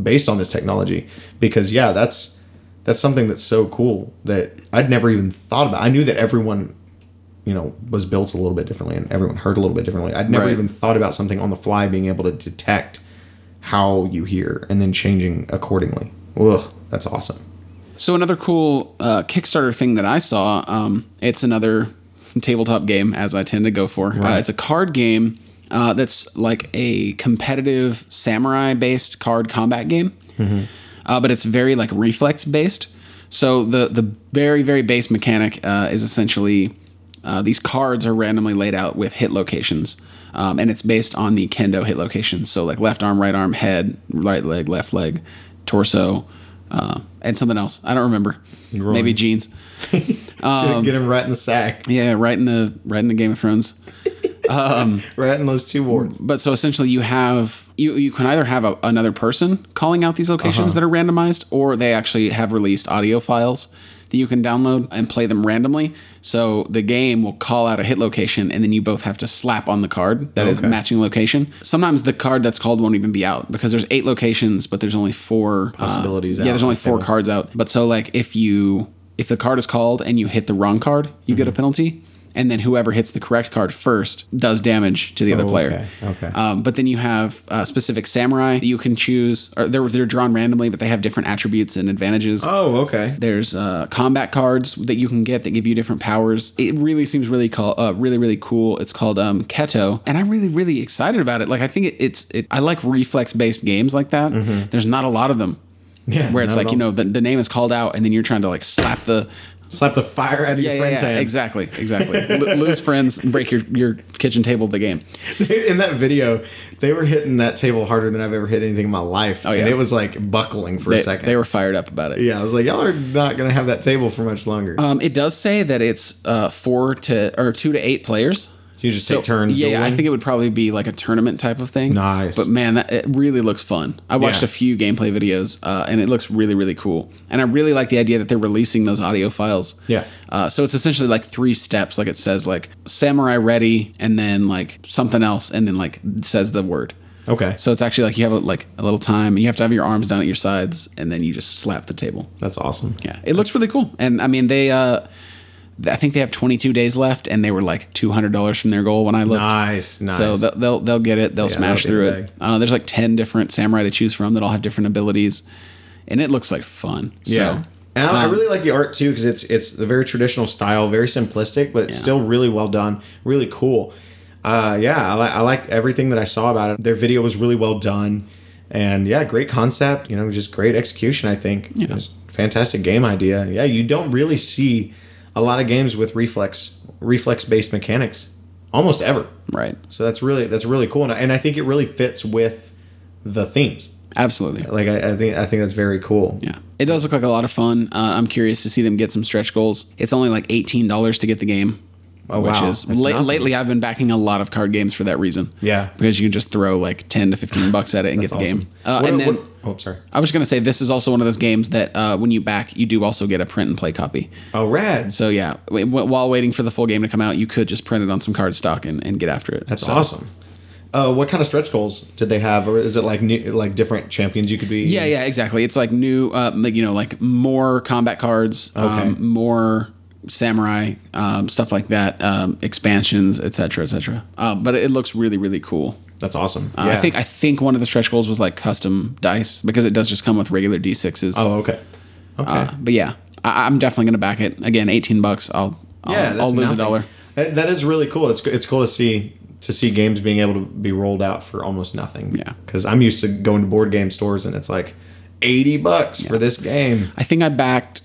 C: based on this technology because yeah, that's that's something that's so cool that I'd never even thought about. I knew that everyone you know was built a little bit differently and everyone heard a little bit differently. I'd never
B: Right.
C: even thought about something on the fly being able to detect how you hear and then changing accordingly. Ugh, that's awesome.
B: So another cool uh, Kickstarter thing that I saw. Um, it's another tabletop game, as I tend to go for. Uh, it's a card game uh, that's like a competitive samurai-based card combat game, uh, but it's very like reflex-based. So the the very very base mechanic uh, is essentially uh, these cards are randomly laid out with hit locations. Um, and it's based on the kendo hit locations. So, like left arm, right arm, head, right leg, left leg, torso, uh, and something else. I don't remember. Maybe jeans. Um,
C: Get him right in the sack,
B: Yeah, right in the right in the Game of Thrones.
C: right in those two wards.
B: But so essentially, you have you you can either have a, another person calling out these
C: Uh-huh.
B: locations that are randomized, or they actually have released audio files that you can download and play them randomly. So the game will call out a hit location, and then you both have to slap on the card that is
C: Okay.
B: matching location. Sometimes the card that's called won't even be out because there's eight locations, but there's only four uh,
C: Possibilities
B: yeah,
C: out.
B: there's only four
C: Okay.
B: cards out. But so like if you if the card is called and you hit the wrong card, you
C: Mm-hmm.
B: get a penalty. And then whoever hits the correct card first does damage to the other
C: Oh,
B: player.
C: okay, okay.
B: Um, but then you have uh, specific samurai that you can choose. Or they're they're drawn randomly, but they have different attributes and advantages.
C: Oh, okay.
B: There's uh, combat cards that you can get that give you different powers. It really seems really cool, uh, really really cool. It's called um, Keto, and I'm really really excited about it. Like I think it, it's it, I like reflex based games like that.
C: Mm-hmm.
B: There's not a lot of them.
C: Yeah,
B: where it's
C: not at
B: like you know
C: all.
B: the, the name is called out, and then you're trying to like slap the
C: Slap the fire out of your friend's hand.
B: exactly exactly L- lose friends, break your your kitchen table of the game.
C: in that video, they were hitting that table harder than I've ever hit anything in my life.
B: Oh, yeah.
C: And it was like buckling for
B: They,
C: a second.
B: they were fired up about it.
C: yeah, I was like, y'all are not going to have that table for much longer.
B: Um, it does say that it's uh, four to or two to eight players.
C: you just take turns.
B: Yeah, yeah, I
C: dueling?
B: think it would probably be like a tournament type of thing.
C: Nice.
B: But man, that, it really looks fun. I watched
C: Yeah.
B: a few gameplay videos, uh, and it looks really, really cool. And I really like the idea that they're releasing those audio files.
C: Yeah.
B: Uh, so it's essentially like three steps. Like it says like samurai ready, and then like something else, and then like says the word.
C: Okay.
B: So it's actually like you have a, like a little time, and you have to have your arms down at your sides, and then you just slap the table.
C: That's awesome.
B: Yeah, it looks really cool. And I mean, they, uh, I think they have 22 days left, and they were like $200 from their goal when I looked.
C: Nice. Nice.
B: So they'll, they'll they'll get it. They'll smash
C: that'll
B: through
C: be
B: it.
C: big.
B: Uh, there's like ten different samurai to choose from that all have different abilities, and it looks like fun.
C: Yeah.
B: So, um,
C: And I I really like the art too because it's it's the very traditional style, very simplistic, but it's still really well done, really cool. Uh, yeah, I, li- I like everything that I saw about it. Their video was really well done, and yeah, great concept. You know, just great execution. I think yeah. fantastic game idea. Yeah, you don't really see a lot of games with reflex reflex based mechanics almost ever.
B: um, right,
C: So that's really that's really cool, and I, and I think it really fits with the themes.
B: absolutely.
C: Like I, I think I think that's very cool.
B: Yeah, it does look like a lot of fun. Uh, I'm curious to see them get some stretch goals. It's only like eighteen dollars to get the game.
C: Oh,
B: which
C: wow.
B: is
C: That's
B: la-
C: nothing.
B: lately I've been backing a lot of card games for that reason.
C: Yeah.
B: because you can just throw like ten to fifteen bucks at it and get the game. Uh,
C: What-
B: and then
C: what- oh, I'm sorry.
B: I was going to say this is also one of those games that uh, when you back, you do also get a print and play copy.
C: Oh, rad.
B: So yeah, w- w- while waiting for the full game to come out, you could just print it on some card stock and, and get after it.
C: That's
B: So-
C: awesome. Uh, what kind of stretch goals did they have, or is it like new, like different champions you could be?
B: Yeah, yeah, exactly. It's like new, uh, like you know, like more combat cards, um,
C: Okay.
B: more samurai um, stuff like that, um, expansions, etc., etc. Uh, but it looks really, really cool.
C: that's awesome.
B: Uh, I think I think one of the stretch goals was like custom dice because it does just come with regular d sixes.
C: oh, okay. Okay.
B: Uh, but yeah, I, I'm definitely gonna back it again. 18 bucks. I'll I'll,
C: yeah, that's
B: I'll lose a
C: nothing.
B: dollar.
C: That, that is really cool. It's it's cool to see to see games being able to be rolled out for almost nothing.
B: Yeah.
C: Because I'm used to going to board game stores and it's like 80 bucks for this game.
B: I think I backed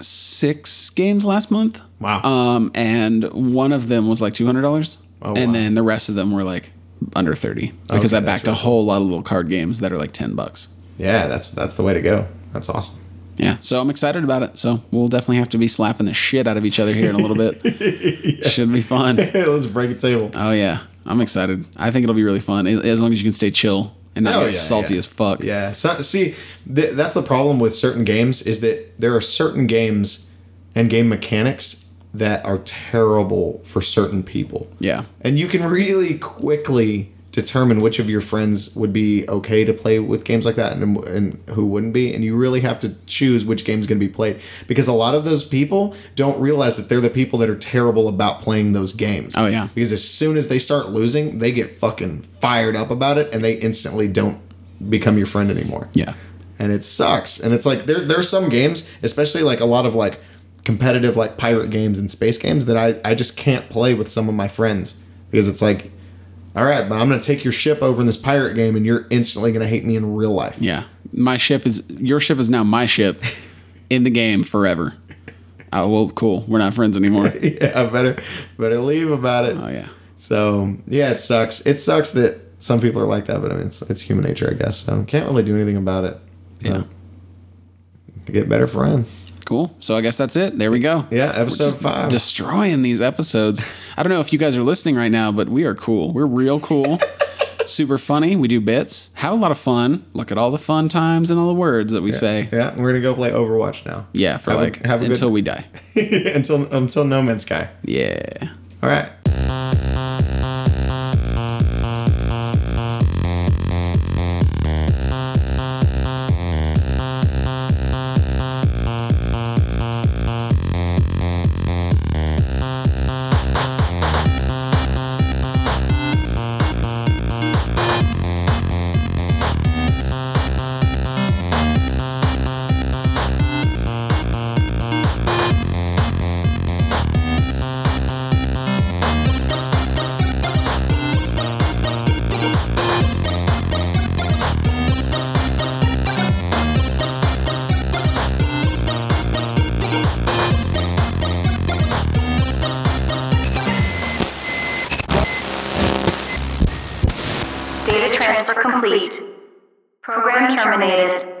B: six games last month.
C: Wow.
B: Um, and one of them was like two hundred dollars,
C: Oh,
B: and
C: wow.
B: then the rest of them were like under thirty because
C: Okay,
B: I backed
C: that's
B: a whole lot of little card games that are like ten bucks.
C: Yeah, that's that's the way to go. That's awesome.
B: Yeah, so I'm excited about it. So we'll definitely have to be slapping the shit out of each other here in a little bit. Should be fun.
C: Let's break a table.
B: Oh yeah, I'm excited. I think it'll be really fun a- as long as you can stay chill and not
C: Oh,
B: get
C: yeah,
B: salty
C: yeah.
B: as fuck.
C: Yeah. So, see, th- that's the problem with certain games is that there are certain games and game mechanics that are terrible for certain people.
B: Yeah.
C: And you can really quickly determine which of your friends would be okay to play with games like that and, and who wouldn't be. And you really have to choose which game's going to be played because a lot of those people don't realize that they're the people that are terrible about playing those games.
B: Oh, yeah.
C: Because as soon as they start losing, they get fucking fired up about it and they instantly don't become your friend anymore
B: Yeah.
C: and it sucks. And it's like there there's some games, especially like a lot of like competitive like pirate games and space games that I I just can't play with some of my friends because it's like all right, but I'm going to take your ship over in this pirate game and you're instantly going to hate me in real life.
B: Yeah. My ship is your ship is now my ship in the game forever. Oh well, cool. We're not friends anymore.
C: Yeah, better better leave about it.
B: Oh yeah.
C: So, yeah, it sucks. It sucks that some people are like that, but I mean it's it's human nature, I guess. So, can't really do anything about it.
B: Yeah.
C: But Get better friends.
B: Cool. So I guess that's it. There we go.
C: Yeah, episode five.
B: Destroying these episodes. I don't know if you guys are listening right now, but we are cool. We're real cool. Super funny. We do bits. Have a lot of fun. Look at all the fun times and all the words that we say.
C: yeah, we're gonna go play Overwatch now.
B: Yeah, for
C: Have a-
B: like
C: have a good-
B: until we die.
C: until until No Man's Sky.
B: Yeah.
C: All right.
A: Data transfer complete. Program terminated.